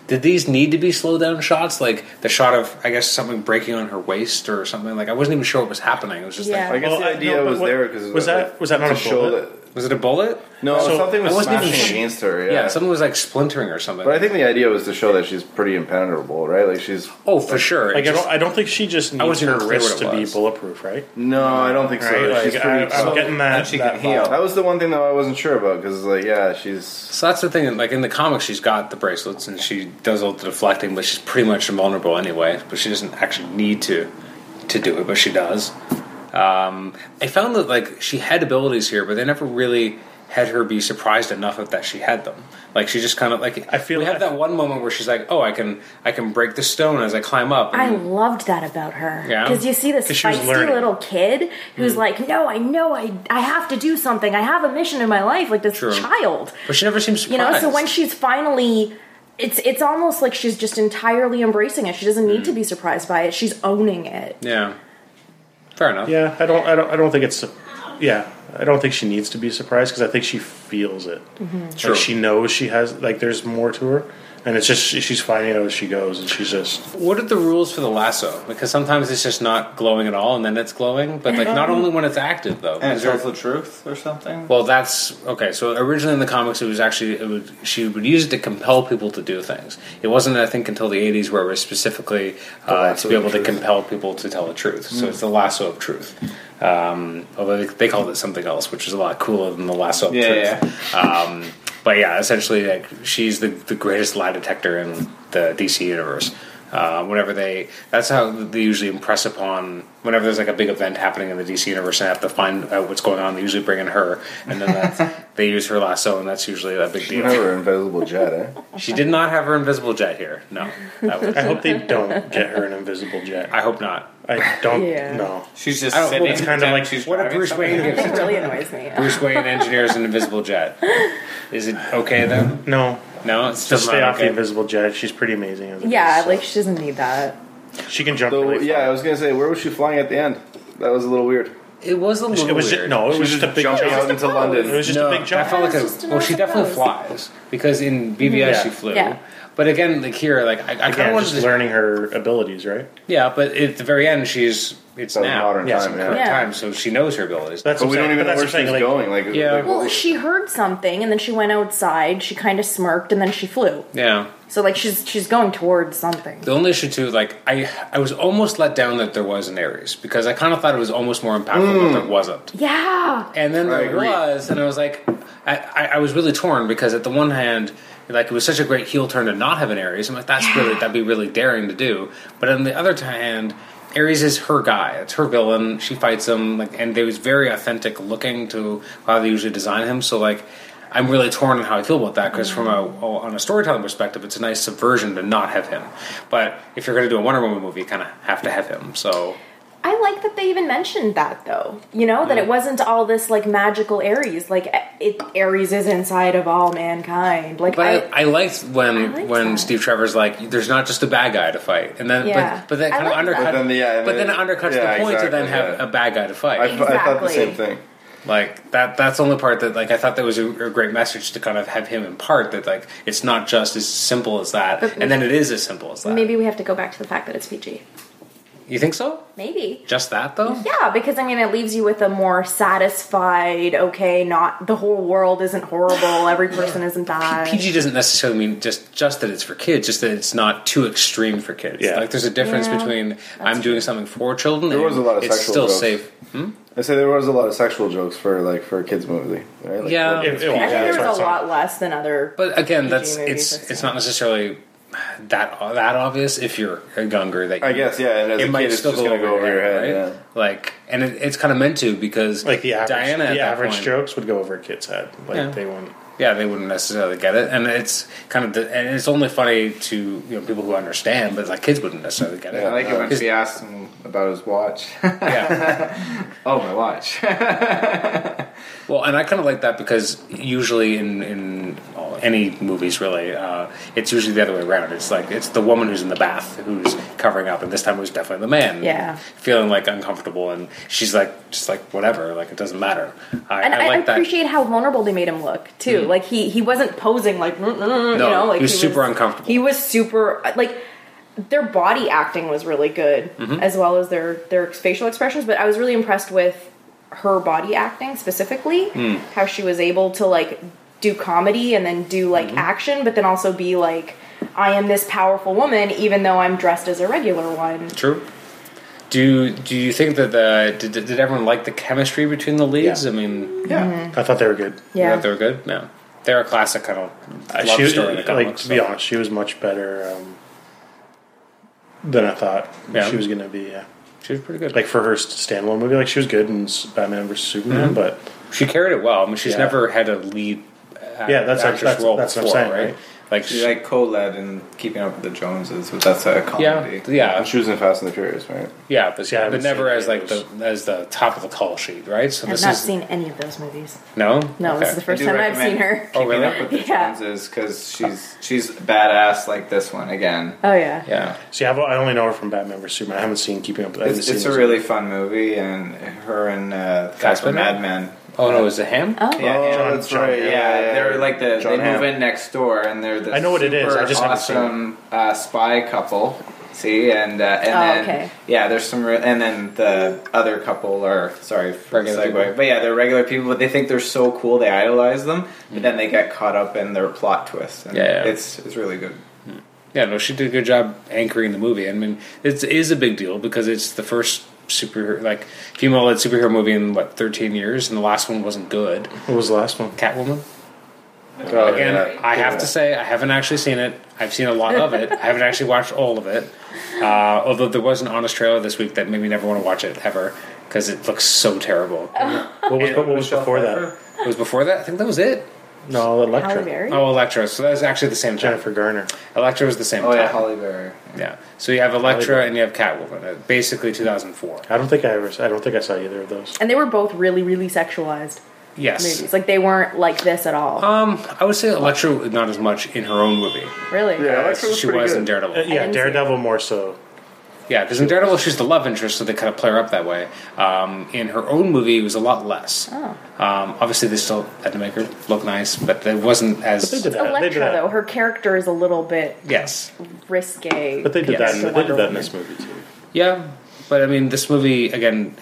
Speaker 1: did these need to be slow down shots? Like the shot of I guess something breaking on her waist or something. Like I wasn't even sure what was happening. It was just
Speaker 3: Yeah.
Speaker 6: I
Speaker 1: like,
Speaker 6: guess
Speaker 2: Well,
Speaker 6: the
Speaker 2: I-
Speaker 6: idea
Speaker 2: no, but
Speaker 6: was
Speaker 2: what-
Speaker 6: there because
Speaker 2: was that- was that not a
Speaker 6: show
Speaker 2: bullet?
Speaker 6: that
Speaker 1: was it a bullet?
Speaker 6: no
Speaker 2: So-
Speaker 6: something
Speaker 1: I
Speaker 6: was
Speaker 1: wasn't even
Speaker 6: smashing
Speaker 1: sure.
Speaker 6: against her. Yeah.
Speaker 1: Yeah, something was like splintering or something.
Speaker 6: but I think the idea was to show that she's pretty impenetrable, right? Like she's
Speaker 1: oh, for sure. It
Speaker 2: Like I
Speaker 1: just-
Speaker 2: don't, I don't think she just needs
Speaker 1: wasn't
Speaker 2: her
Speaker 1: clear what
Speaker 2: wrist
Speaker 1: it
Speaker 2: to be
Speaker 1: was.
Speaker 2: bulletproof, right?
Speaker 6: no, I don't think so.
Speaker 2: Right, like,
Speaker 6: she's
Speaker 2: I,
Speaker 6: pretty. tough.
Speaker 2: am getting that.
Speaker 4: And she
Speaker 2: that
Speaker 4: can heal.
Speaker 2: vibe.
Speaker 6: that was the one thing though I wasn't sure about because like yeah, she's
Speaker 1: So that's the thing. Like in the comics, she's got the bracelets and she does all the deflecting, but she's pretty much invulnerable anyway. But she doesn't actually need to to do it, but she does. Um, I found that like she had abilities here, but they never really had her be surprised enough of that she had them. Like she just kind of like
Speaker 2: I feel
Speaker 1: we have
Speaker 2: like-
Speaker 1: that one moment where she's like, "Oh, I can I can break the stone as I climb up."
Speaker 3: I
Speaker 1: And
Speaker 3: loved that about her.
Speaker 1: Yeah?
Speaker 3: Because you see this
Speaker 2: 'Cause she was
Speaker 3: feisty
Speaker 2: learning. Mm.
Speaker 3: little kid who's like, no, I know, I, I have to do something. I have a mission in my life, like this
Speaker 1: True.
Speaker 3: child.
Speaker 1: but she never seems
Speaker 3: You
Speaker 1: surprised.
Speaker 3: know, so when she's finally. It's it's almost like she's just entirely embracing it. She doesn't need to be surprised by it. She's owning it.
Speaker 1: yeah, fair enough.
Speaker 2: Yeah, I don't, I don't, I don't think it's. Yeah, I don't think she needs to be surprised because I think she feels it.
Speaker 3: Mm-hmm.
Speaker 1: True.
Speaker 2: Like she knows she has. Like there's more to her, and it's just she- she's finding out as she goes, and she's just.
Speaker 1: What are the rules for the lasso? Because sometimes it's just not glowing at all, and then it's glowing. But like, not only when it's active though.
Speaker 4: And it
Speaker 1: Is there-
Speaker 4: tells the truth or something.
Speaker 1: well, that's okay. So originally in the comics, it was actually it would, she would use it to compel people to do things. It wasn't, I think, until the '80s where it was specifically uh,
Speaker 6: lasso
Speaker 1: to be
Speaker 6: of
Speaker 1: able to
Speaker 6: truth.
Speaker 1: compel people to tell the truth. So it's the lasso of truth. Um, although they, they called it something else, which is a lot cooler than the lasso of
Speaker 4: Yeah,
Speaker 1: truth.
Speaker 4: yeah.
Speaker 1: Um, but yeah, essentially, like, she's the, the greatest lie detector in the DC universe. Uh, whenever they, that's how they usually impress upon. Whenever there's like a big event happening in the DC universe, and they have to find out what's going on. They usually bring in her, and then that's, they use her lasso, and that's usually a big
Speaker 6: you
Speaker 1: deal.
Speaker 6: know her invisible jet. Eh?
Speaker 1: She did not have her invisible jet here. No, that was,
Speaker 2: I hope they don't get her an invisible jet.
Speaker 1: I hope not.
Speaker 2: I don't
Speaker 3: Yeah.
Speaker 2: know.
Speaker 4: She's just
Speaker 1: I don't- well,
Speaker 4: sitting.
Speaker 1: it's
Speaker 2: kinda
Speaker 4: pretend
Speaker 2: like-
Speaker 4: she's
Speaker 1: What if
Speaker 4: driving
Speaker 1: Bruce
Speaker 4: something.
Speaker 1: Wayne gives
Speaker 3: It really annoys me.
Speaker 1: Bruce Wayne engineers an invisible jet? Is it okay though?
Speaker 2: No,
Speaker 1: No, it's still
Speaker 2: just stay
Speaker 1: not
Speaker 2: off the
Speaker 1: okay.
Speaker 2: invisible jet. She's pretty amazing. As it
Speaker 3: Yeah,
Speaker 2: is, so.
Speaker 3: like she doesn't need that.
Speaker 2: she can jump.
Speaker 6: So
Speaker 2: really
Speaker 6: yeah, I
Speaker 2: far.
Speaker 6: was gonna say where was she flying at the end? That was a little weird.
Speaker 1: It was a little
Speaker 2: it was just,
Speaker 1: weird.
Speaker 2: no, it was
Speaker 6: She
Speaker 2: just a big jump.
Speaker 6: jumping out
Speaker 2: It
Speaker 6: into
Speaker 3: pose.
Speaker 6: London.
Speaker 2: was just a big
Speaker 1: I
Speaker 2: jump.
Speaker 1: felt like
Speaker 3: Yeah,
Speaker 1: a,
Speaker 3: it's just an
Speaker 1: well, she
Speaker 3: awesome
Speaker 1: definitely
Speaker 3: pose.
Speaker 1: flies because in BBS
Speaker 2: Yeah.
Speaker 1: she flew.
Speaker 3: Yeah.
Speaker 1: But again, like here, like I, I kind of
Speaker 2: Again,
Speaker 1: wanted
Speaker 2: just
Speaker 1: to,
Speaker 2: learning her abilities, right?
Speaker 1: yeah. But at the very end, she's it's
Speaker 6: That was
Speaker 1: now
Speaker 6: modern
Speaker 2: Yeah,
Speaker 6: time.
Speaker 2: so-
Speaker 6: Yeah.
Speaker 3: Yeah.
Speaker 1: time, so she knows her abilities.
Speaker 2: That's
Speaker 6: But
Speaker 2: what
Speaker 6: we
Speaker 2: I'm
Speaker 6: don't
Speaker 2: saying,
Speaker 6: even
Speaker 2: but
Speaker 6: know
Speaker 2: that's
Speaker 6: where
Speaker 2: the thing,
Speaker 6: she's
Speaker 2: like,
Speaker 6: going. Like,
Speaker 1: Yeah.
Speaker 6: like,
Speaker 3: Well,
Speaker 6: what-
Speaker 3: she heard something and then she went outside. She kind of smirked and then she flew.
Speaker 1: yeah.
Speaker 3: So like she's she's going towards something.
Speaker 1: The only issue too, like I, I was almost let down that there was an Aries because I kind of thought it was almost more impactful,
Speaker 2: Hmm.
Speaker 1: but there wasn't.
Speaker 3: Yeah.
Speaker 1: And then
Speaker 6: I
Speaker 1: there
Speaker 6: agree.
Speaker 1: was, and I was like, I, I, I was really torn because at the one hand, like it was such a great heel turn to not have an Aries. I'm like, that's really that'd be really daring to do. But on the other t- hand, Aries is her guy. It's her villain. She fights him, like, and they was very authentic looking to how they usually design him. So like. I'm really torn on how I feel about that because, from a on a storytelling perspective, it's a nice subversion to not have him. But if you're going to do a Wonder Woman movie, you kind of have to have him. So
Speaker 3: I like that they even mentioned that though. You know that it wasn't all this like magical Aries. Like it Aries is inside of all mankind. Like
Speaker 1: But I, I liked when
Speaker 3: I liked
Speaker 1: when
Speaker 3: that.
Speaker 1: Steve Trevor's like, "There's not just a bad guy to fight," and then
Speaker 3: Yeah.
Speaker 1: but, but that
Speaker 3: I
Speaker 1: kind of
Speaker 3: liked
Speaker 1: undercut.
Speaker 3: that.
Speaker 6: But then, yeah, and
Speaker 1: but
Speaker 6: then-
Speaker 1: then it undercuts
Speaker 6: yeah,
Speaker 1: the point to
Speaker 6: exactly,
Speaker 1: then have
Speaker 6: yeah.
Speaker 1: a bad guy to fight.
Speaker 6: I, I thought the
Speaker 3: Exactly.
Speaker 6: same thing.
Speaker 1: like that. That's the only part that like I thought that was a, a great message to kind of have him impart that like it's not just as simple as that,
Speaker 3: But
Speaker 1: and then it is as simple as that.
Speaker 3: maybe we have to go back to the fact that it's PG.
Speaker 1: you think so?
Speaker 3: Maybe.
Speaker 1: Just that though.
Speaker 3: Yeah, because I mean it leaves you with a more satisfied, okay, not the whole world isn't horrible, every person isn't bad.
Speaker 1: PG doesn't necessarily mean just just that it's for kids, just that it's not too extreme for kids.
Speaker 2: Yeah.
Speaker 1: Like there's a difference
Speaker 3: Yeah,
Speaker 1: between I'm doing something for children.
Speaker 6: There
Speaker 1: and
Speaker 6: was a lot of
Speaker 1: it's
Speaker 6: sexual
Speaker 1: still
Speaker 6: jokes.
Speaker 1: safe.
Speaker 6: I say there was a lot of sexual jokes for like for a kids movie, right? Like,
Speaker 1: Yeah.
Speaker 2: It-
Speaker 6: like,
Speaker 2: it-
Speaker 3: I think
Speaker 2: yeah,
Speaker 3: there
Speaker 2: that's
Speaker 3: was
Speaker 2: what
Speaker 3: a
Speaker 2: I'm saying.
Speaker 3: lot less than other
Speaker 1: But again,
Speaker 3: PG
Speaker 1: that's
Speaker 3: movies,
Speaker 1: it's
Speaker 3: that's
Speaker 1: it's not necessarily that that obvious if you're a gunger that
Speaker 6: I guess, yeah, and as a kid, it's just gonna go over your head, yeah.
Speaker 1: Like, and it, it's kind of meant to because
Speaker 2: Like the average,
Speaker 1: Diana, at
Speaker 2: the
Speaker 1: that
Speaker 2: average
Speaker 1: point-
Speaker 2: jokes would go over a kid's head. Like
Speaker 1: Yeah.
Speaker 2: they wouldn't.
Speaker 1: yeah, they wouldn't necessarily get it, and it's kind of the, and it's only funny to you know people who understand, but like kids wouldn't necessarily get it.
Speaker 4: I like it when
Speaker 1: His-
Speaker 4: she asked him about his watch.
Speaker 1: yeah.
Speaker 4: oh, my watch.
Speaker 1: Well, and I kind of like that because usually in in all- any movies, really, uh, it's usually the other way around. It's like it's the woman who's in the bath who's covering up, and this time it was definitely the man,
Speaker 3: Yeah.
Speaker 1: feeling like uncomfortable, and she's like just like whatever, like it doesn't matter. I,
Speaker 3: And
Speaker 1: I
Speaker 3: I,
Speaker 1: like that.
Speaker 3: I
Speaker 1: Mm-hmm.
Speaker 3: appreciate how vulnerable they made him look too. Like he he wasn't posing like "Mm, mm, mm,"
Speaker 1: No,
Speaker 3: you know like
Speaker 1: Oh, he was super uncomfortable.
Speaker 3: He was super like their body acting was really good
Speaker 1: Mm-hmm.
Speaker 3: as well as their their facial expressions. But I was really impressed with her body acting specifically,
Speaker 1: Hmm.
Speaker 3: how she was able to like do comedy and then do like
Speaker 1: Mm-hmm.
Speaker 3: action, but then also be like. I am this powerful woman, even though I'm dressed as a regular one.
Speaker 1: True. Do do you think that the did, did everyone like the chemistry between the leads?
Speaker 2: Yeah.
Speaker 1: I mean,
Speaker 4: yeah.
Speaker 2: I thought they were good.
Speaker 1: yeah,
Speaker 3: Yeah,
Speaker 1: they were good. Yeah, they're a classic kind of
Speaker 2: I-
Speaker 1: love
Speaker 2: she,
Speaker 1: story. in the comic
Speaker 2: like
Speaker 1: book,
Speaker 2: to be
Speaker 1: so.
Speaker 2: honest, she was much better um, than I thought
Speaker 1: Yeah.
Speaker 2: she was going to be. Yeah.
Speaker 1: she was pretty good.
Speaker 2: Like for her s- standalone movie, like she was good in s- Batman vs
Speaker 1: Mm-hmm.
Speaker 2: Superman, but
Speaker 1: She carried it well. I mean, she's
Speaker 2: Yeah.
Speaker 1: never had a lead.
Speaker 2: Yeah, that's- that's- that's what I'm saying, right?
Speaker 1: Like,
Speaker 4: She
Speaker 1: she-
Speaker 4: like co-led in Keeping Up with the Joneses, but that's a comedy.
Speaker 1: yeah, yeah,
Speaker 6: She was in Fast and the Furious, right?
Speaker 1: yeah, but,
Speaker 2: Yeah, I
Speaker 1: but
Speaker 2: haven't
Speaker 1: never
Speaker 2: seen
Speaker 1: as like
Speaker 2: those.
Speaker 1: the as the top of the call sheet, right? So
Speaker 3: I've
Speaker 1: this
Speaker 3: not
Speaker 1: is
Speaker 3: seen any of those movies.
Speaker 1: no,
Speaker 3: No,
Speaker 1: Okay.
Speaker 3: this is the
Speaker 4: I
Speaker 3: first
Speaker 4: do
Speaker 3: time I've
Speaker 4: recommend
Speaker 3: seen her.
Speaker 1: Oh,
Speaker 4: Keeping
Speaker 1: really?
Speaker 4: Up with the
Speaker 3: Yeah.
Speaker 4: Joneses because she's she's badass like this one again.
Speaker 3: Oh yeah,
Speaker 1: Yeah,
Speaker 2: see, I've, I only know her from Batman vs Superman. I haven't seen Keeping Up. with- I haven't
Speaker 4: It's,
Speaker 2: seen
Speaker 4: it's a
Speaker 2: those-
Speaker 4: really fun movie, and her and uh, the guy from
Speaker 1: Fassbender?
Speaker 4: Mad Men.
Speaker 1: Oh no, is it him?
Speaker 3: Oh.
Speaker 4: Yeah, yeah,
Speaker 2: John-
Speaker 6: that's
Speaker 2: John-
Speaker 6: right.
Speaker 4: yeah, they're like the
Speaker 6: John
Speaker 4: they
Speaker 6: Hamm.
Speaker 4: move in next door, and they're the
Speaker 2: I know what it is,
Speaker 4: super
Speaker 2: I just haven't seen it.
Speaker 4: awesome uh, spy couple. See, and uh, and
Speaker 3: Oh,
Speaker 4: then
Speaker 3: okay.
Speaker 4: yeah, there's some, re- and then the other couple are sorry for the
Speaker 1: Regular
Speaker 4: segue,
Speaker 1: people.
Speaker 4: but yeah, they're regular people, but they think they're so cool, they idolize them, but then they get caught up in their plot twists. And
Speaker 1: Yeah, yeah.
Speaker 4: it's it's really good.
Speaker 1: Yeah, no, she did a good job anchoring the movie. I mean, it is a big deal because it's the first superhero, like female led superhero movie in what thirteen years, and the last one wasn't good.
Speaker 2: What was the last one?
Speaker 1: Catwoman.
Speaker 6: Oh,
Speaker 1: Again,
Speaker 6: yeah.
Speaker 1: I have to say I haven't actually seen it. I've seen a lot of it. I haven't actually watched all of it. Uh, although there was an honest trailer this week that made me never want to watch it ever because it looks so terrible.
Speaker 2: What was, what was before that?
Speaker 1: It was before that. I think that was it.
Speaker 2: No,
Speaker 3: Halle
Speaker 2: Electra.
Speaker 3: Berry.
Speaker 1: Oh, Electra. So that was actually the same time.
Speaker 2: Jennifer Garner.
Speaker 1: Electra was the same
Speaker 4: Oh
Speaker 1: time.
Speaker 4: yeah, Holly Berry.
Speaker 1: Yeah. So you have Electra and you have Catwoman. uh, Basically, 2004.
Speaker 2: I don't think I ever. I don't think I saw either of those.
Speaker 3: And they were both really, really sexualized
Speaker 1: Yes.
Speaker 3: movies. Like they weren't like this at all.
Speaker 1: Um, I would say Electra not as much in her own movie.
Speaker 3: really?
Speaker 6: Yeah,
Speaker 1: as
Speaker 6: Electra was
Speaker 1: she
Speaker 6: pretty
Speaker 1: was
Speaker 6: good.
Speaker 1: in Daredevil.
Speaker 2: Uh, yeah,
Speaker 3: didn't see it.
Speaker 2: Daredevil more so.
Speaker 1: Yeah, because in Daredevil she's the love interest, so they kind of play her up that way. Um, in her own movie, it was a lot less. Um, obviously, they still had to make her look nice, but it wasn't as
Speaker 2: They did that. they did
Speaker 3: Electra
Speaker 2: that.
Speaker 3: though, her character is a little bit
Speaker 1: yes,
Speaker 3: risque.
Speaker 2: But they did
Speaker 1: Yes.
Speaker 2: that. In, they did that in this movie too.
Speaker 1: yeah. But I mean, this movie again,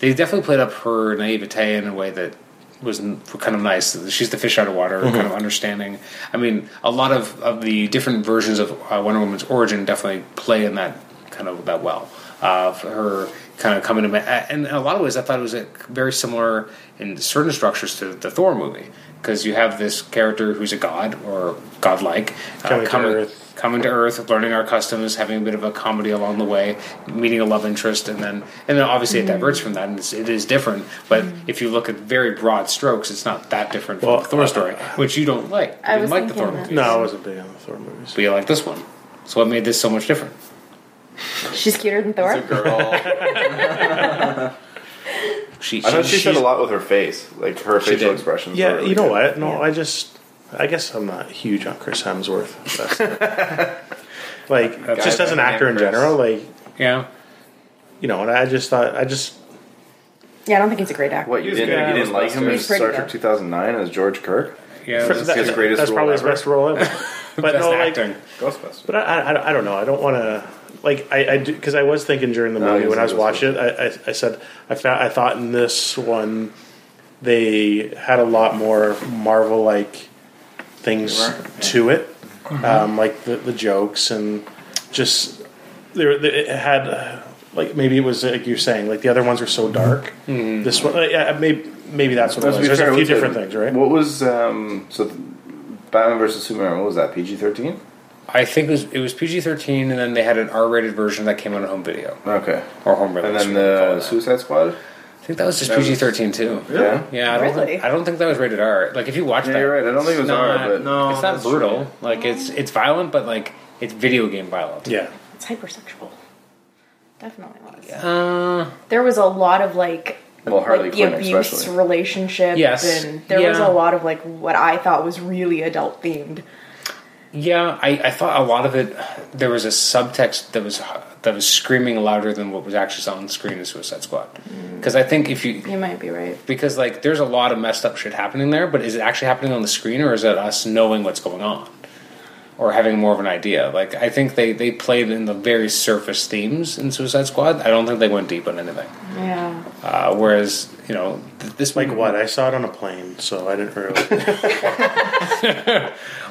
Speaker 1: they definitely played up her naivete in a way that was n- kind of nice. She's the fish out of water,
Speaker 2: Mm-hmm.
Speaker 1: kind of understanding. I mean, a lot of, of the different versions of uh, Wonder Woman's origin definitely play in that kind of that well uh, of her kind of coming to ma- and in a lot of ways, I thought it was a, very similar in certain structures to the Thor movie because you have this character who's a god or godlike uh,
Speaker 2: Coming to Earth.
Speaker 1: coming to Earth, learning our customs, having a bit of a comedy along the way, meeting a love interest, and then and then obviously it
Speaker 3: Mm.
Speaker 1: diverts from that, and it's, it is different. But if you look at very broad strokes, it's not that different
Speaker 2: Well,
Speaker 1: from the Thor story,
Speaker 2: uh,
Speaker 1: which you don't like. You
Speaker 3: I
Speaker 1: didn't
Speaker 3: was
Speaker 1: like the
Speaker 3: thinking
Speaker 1: Thor
Speaker 3: that.
Speaker 1: movies,
Speaker 2: No, I wasn't big on the Thor movies.
Speaker 1: but you like this one. So what made this so much different?
Speaker 3: She's cuter than Thor.
Speaker 4: It's a girl.
Speaker 1: She,
Speaker 6: I know she
Speaker 1: she's-
Speaker 6: did a lot with her face, like her
Speaker 1: She
Speaker 6: facial
Speaker 1: did.
Speaker 6: expressions. were
Speaker 2: Yeah,
Speaker 6: really
Speaker 2: you know
Speaker 6: good.
Speaker 2: what? No,
Speaker 3: Yeah.
Speaker 2: I just. I guess I'm not huge on Chris Hemsworth. That's- like, just
Speaker 4: Guy
Speaker 2: as an
Speaker 4: by the
Speaker 2: actor
Speaker 4: name
Speaker 2: in
Speaker 4: Chris.
Speaker 2: general, like
Speaker 1: Yeah,
Speaker 2: you know, and I just thought, I just
Speaker 3: Yeah, I don't think he's a great actor.
Speaker 6: What you
Speaker 4: He's
Speaker 6: didn't,
Speaker 4: good.
Speaker 6: you didn't like him in
Speaker 3: He's pretty
Speaker 6: Star Trek
Speaker 3: good.
Speaker 6: 2009 as George Kirk?
Speaker 1: yeah.
Speaker 2: for-
Speaker 1: that's-
Speaker 2: that-
Speaker 6: his greatest
Speaker 2: that's
Speaker 6: role
Speaker 2: probably his
Speaker 6: ever.
Speaker 2: best role ever. But
Speaker 1: that's
Speaker 2: no, like,
Speaker 1: acting.
Speaker 6: Ghostbusters.
Speaker 2: But I, I, I don't know. I don't want to. Like I, I do because I was thinking during the
Speaker 6: No,
Speaker 2: movie
Speaker 6: he's
Speaker 2: when I was
Speaker 6: not
Speaker 2: watching it, I, I, I said I found I thought in this one they had a lot more Marvel like things
Speaker 4: Humor,
Speaker 2: to it, um, like the, the jokes and just there there- it had uh, like maybe it was like you're saying like the other ones were so dark. This one, like, yeah, maybe maybe that's what it
Speaker 6: Let's
Speaker 2: was.
Speaker 6: be
Speaker 2: There's
Speaker 6: fair,
Speaker 2: a few
Speaker 6: what's
Speaker 2: different
Speaker 6: the-
Speaker 2: things, right?
Speaker 6: What was um, so? th- Batman versus Superman. What was that? PG thirteen.
Speaker 1: I think it was, it was PG thirteen, and then they had an R rated version that came out on home video
Speaker 6: Okay.
Speaker 1: or home
Speaker 6: And
Speaker 1: release.
Speaker 6: then the Suicide Squad.
Speaker 1: I think that was just PG thirteen too.
Speaker 6: Yeah.
Speaker 1: Yeah, I don't,
Speaker 3: Really?
Speaker 1: think, I don't think that was rated R. Like if you watch
Speaker 6: Yeah,
Speaker 1: that,
Speaker 6: you're right. I don't think it
Speaker 1: it's
Speaker 6: was R,
Speaker 1: not-
Speaker 6: but
Speaker 4: No,
Speaker 1: it's not
Speaker 4: that's true.
Speaker 1: brutal. Like it's it's violent, but like it's video game violent.
Speaker 2: Yeah.
Speaker 3: It's hypersexual. Definitely was.
Speaker 1: Uh,
Speaker 3: There was a lot of like,
Speaker 6: Well, Harley
Speaker 3: like the
Speaker 6: Quinn
Speaker 3: abuse
Speaker 6: especially.
Speaker 3: relationship.
Speaker 1: Yes.
Speaker 3: And there was
Speaker 1: Yeah.
Speaker 3: a lot of like what I thought was really adult themed.
Speaker 1: yeah, I, I thought a lot of it. There was a subtext that was that was screaming louder than what was actually on screen in Suicide Squad.
Speaker 6: Mm.
Speaker 1: Because I think if you
Speaker 3: You might be right.
Speaker 1: because like there's a lot of messed up shit happening there, but is it actually happening on the screen or is it us knowing what's going on? Or having more of an idea. Like I think they, they played in the very surface themes in Suicide Squad. I don't think they went deep on anything.
Speaker 3: Yeah.
Speaker 1: Uh, whereas, you know, th- this
Speaker 2: Like
Speaker 1: movie-
Speaker 2: what? I saw it on a plane, so I didn't really.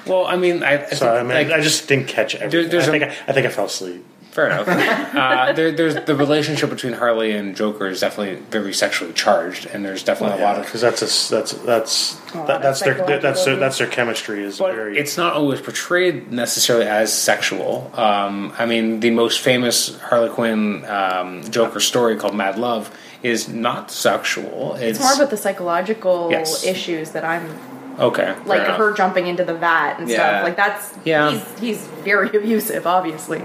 Speaker 1: Well, I mean, I, I think,
Speaker 2: So I mean,
Speaker 1: like,
Speaker 2: I just didn't catch everything.
Speaker 1: there's
Speaker 2: I, think
Speaker 1: a-
Speaker 2: I I think I fell asleep.
Speaker 1: fair enough. uh, there, there's the relationship between Harley and Joker is definitely very sexually charged, and there's definitely a lot of
Speaker 2: because that's a, that's that's
Speaker 3: lot
Speaker 2: that,
Speaker 3: of
Speaker 2: that's their
Speaker 3: psychological
Speaker 2: that's their,
Speaker 3: abuse.
Speaker 2: that's their chemistry is
Speaker 1: But
Speaker 2: very.
Speaker 1: it's not always portrayed necessarily as sexual. Um, I mean, the most famous Harley Quinn um, Joker story called Mad Love is not sexual. It's,
Speaker 3: It's more about the psychological
Speaker 1: Yes.
Speaker 3: issues that I'm
Speaker 1: okay, fair
Speaker 3: like
Speaker 1: enough.
Speaker 3: her jumping into the vat and
Speaker 4: Yeah.
Speaker 3: stuff. Like that's
Speaker 1: Yeah.
Speaker 3: He's, he's very abusive, obviously.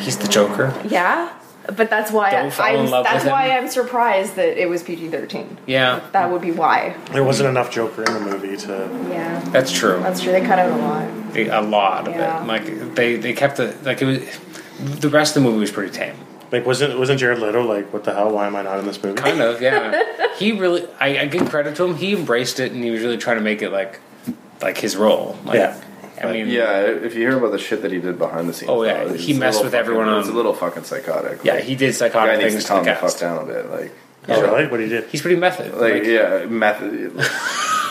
Speaker 1: He's the Joker.
Speaker 3: Yeah, but that's why
Speaker 1: Don't fall
Speaker 3: I,
Speaker 1: in
Speaker 3: am
Speaker 1: love
Speaker 3: that's
Speaker 1: with
Speaker 3: why
Speaker 1: him.
Speaker 3: I'm surprised that it was PG thirteen.
Speaker 1: Yeah.
Speaker 3: that would be why.
Speaker 2: there wasn't enough Joker in the movie to.
Speaker 3: Yeah,
Speaker 1: That's true.
Speaker 3: that's true. They cut out a lot.
Speaker 1: They- a lot of
Speaker 3: Yeah.
Speaker 1: it. Like they they kept it. Like it was. The rest of the movie was pretty tame.
Speaker 2: Like wasn't wasn't Jared Leto like what the hell? Why am I not in this movie?
Speaker 1: Kind of, yeah. he really, I, I give credit to him. He embraced it, and he was really trying to make it like, like his role. Like,
Speaker 2: Yeah.
Speaker 1: I mean,
Speaker 6: Yeah, if you hear about the shit that he did behind the scenes,
Speaker 1: Oh, yeah,
Speaker 6: though, it's
Speaker 1: he
Speaker 6: a
Speaker 1: messed
Speaker 6: little
Speaker 1: with
Speaker 6: fucking-
Speaker 1: everyone on-
Speaker 6: It's a little fucking psychotic.
Speaker 1: yeah.
Speaker 6: like,
Speaker 1: He did
Speaker 6: the guy
Speaker 1: psychotic
Speaker 6: needs
Speaker 1: things to
Speaker 6: to
Speaker 1: the
Speaker 6: calm the
Speaker 1: cast.
Speaker 6: fuck down a bit. Like,
Speaker 2: Oh, really? What he did?
Speaker 1: He's pretty method.
Speaker 6: like, yeah, method.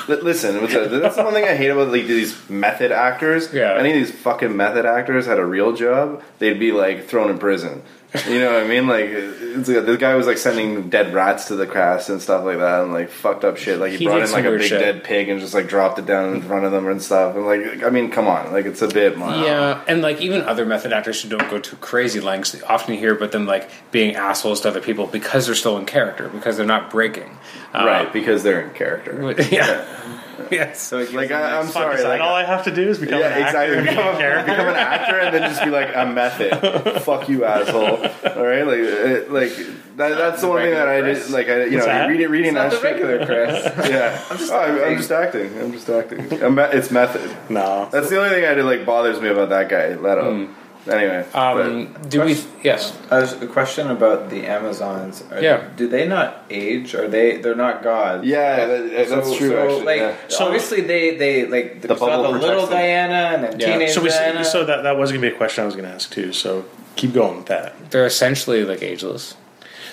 Speaker 6: Li- Listen, what's that- that's the one thing I hate about like these method actors.
Speaker 1: Yeah.
Speaker 6: any of these fucking method actors had a real job, they'd be like thrown in prison. You know what I mean? Like, it's like, the guy was like sending dead rats to the cast and stuff like that, and like fucked up shit. Like he,
Speaker 1: He
Speaker 6: brought
Speaker 1: did
Speaker 6: in
Speaker 1: some
Speaker 6: like a
Speaker 1: weird
Speaker 6: big
Speaker 1: shit.
Speaker 6: dead pig and just like dropped it down in front of them and stuff. And like, I mean, come on, like it's a bit much.
Speaker 1: Yeah, uh, and like even other method actors who don't go to crazy lengths, often you hear about them like being assholes to other people because they're still in character because they're not breaking. Uh,
Speaker 6: right? Because they're in character.
Speaker 1: Yeah. yes.
Speaker 6: So like, I, I'm sorry.
Speaker 2: Is that
Speaker 6: Like,
Speaker 2: all I have to do is become
Speaker 6: yeah,
Speaker 2: an actor
Speaker 6: exactly.
Speaker 2: and be
Speaker 6: Become,
Speaker 2: a
Speaker 6: a,
Speaker 2: character.
Speaker 6: become an actor and then just be like a method. Fuck you, asshole. All right, like, it, like that, that's the one thing that I did. Like, I, you know,
Speaker 2: that?
Speaker 6: reading reading that
Speaker 4: the
Speaker 6: shit.
Speaker 4: regular Chris.
Speaker 6: Yeah, I'm just, I'm, I'm just acting. I'm just acting. I'm, me- it's method.
Speaker 2: No,
Speaker 6: That's the only thing I did. Like, bothers me about that guy Leto. Anyway,
Speaker 1: Um, do we? Yes.
Speaker 4: I was a question about the Amazons. Are,
Speaker 1: Yeah.
Speaker 4: Do they not age? Are they? They're not gods.
Speaker 6: but, yeah, that, that's
Speaker 4: So-
Speaker 6: true.
Speaker 4: So,
Speaker 6: actually,
Speaker 4: like,
Speaker 6: yeah.
Speaker 4: so obviously they they like the,
Speaker 6: bubble
Speaker 4: the
Speaker 6: protects
Speaker 4: little
Speaker 6: them.
Speaker 4: Diana and then
Speaker 1: Yeah.
Speaker 4: teenage
Speaker 2: so we
Speaker 4: Diana.
Speaker 2: so that that was gonna be a question I was gonna ask too. So keep going with that.
Speaker 1: They're essentially like ageless.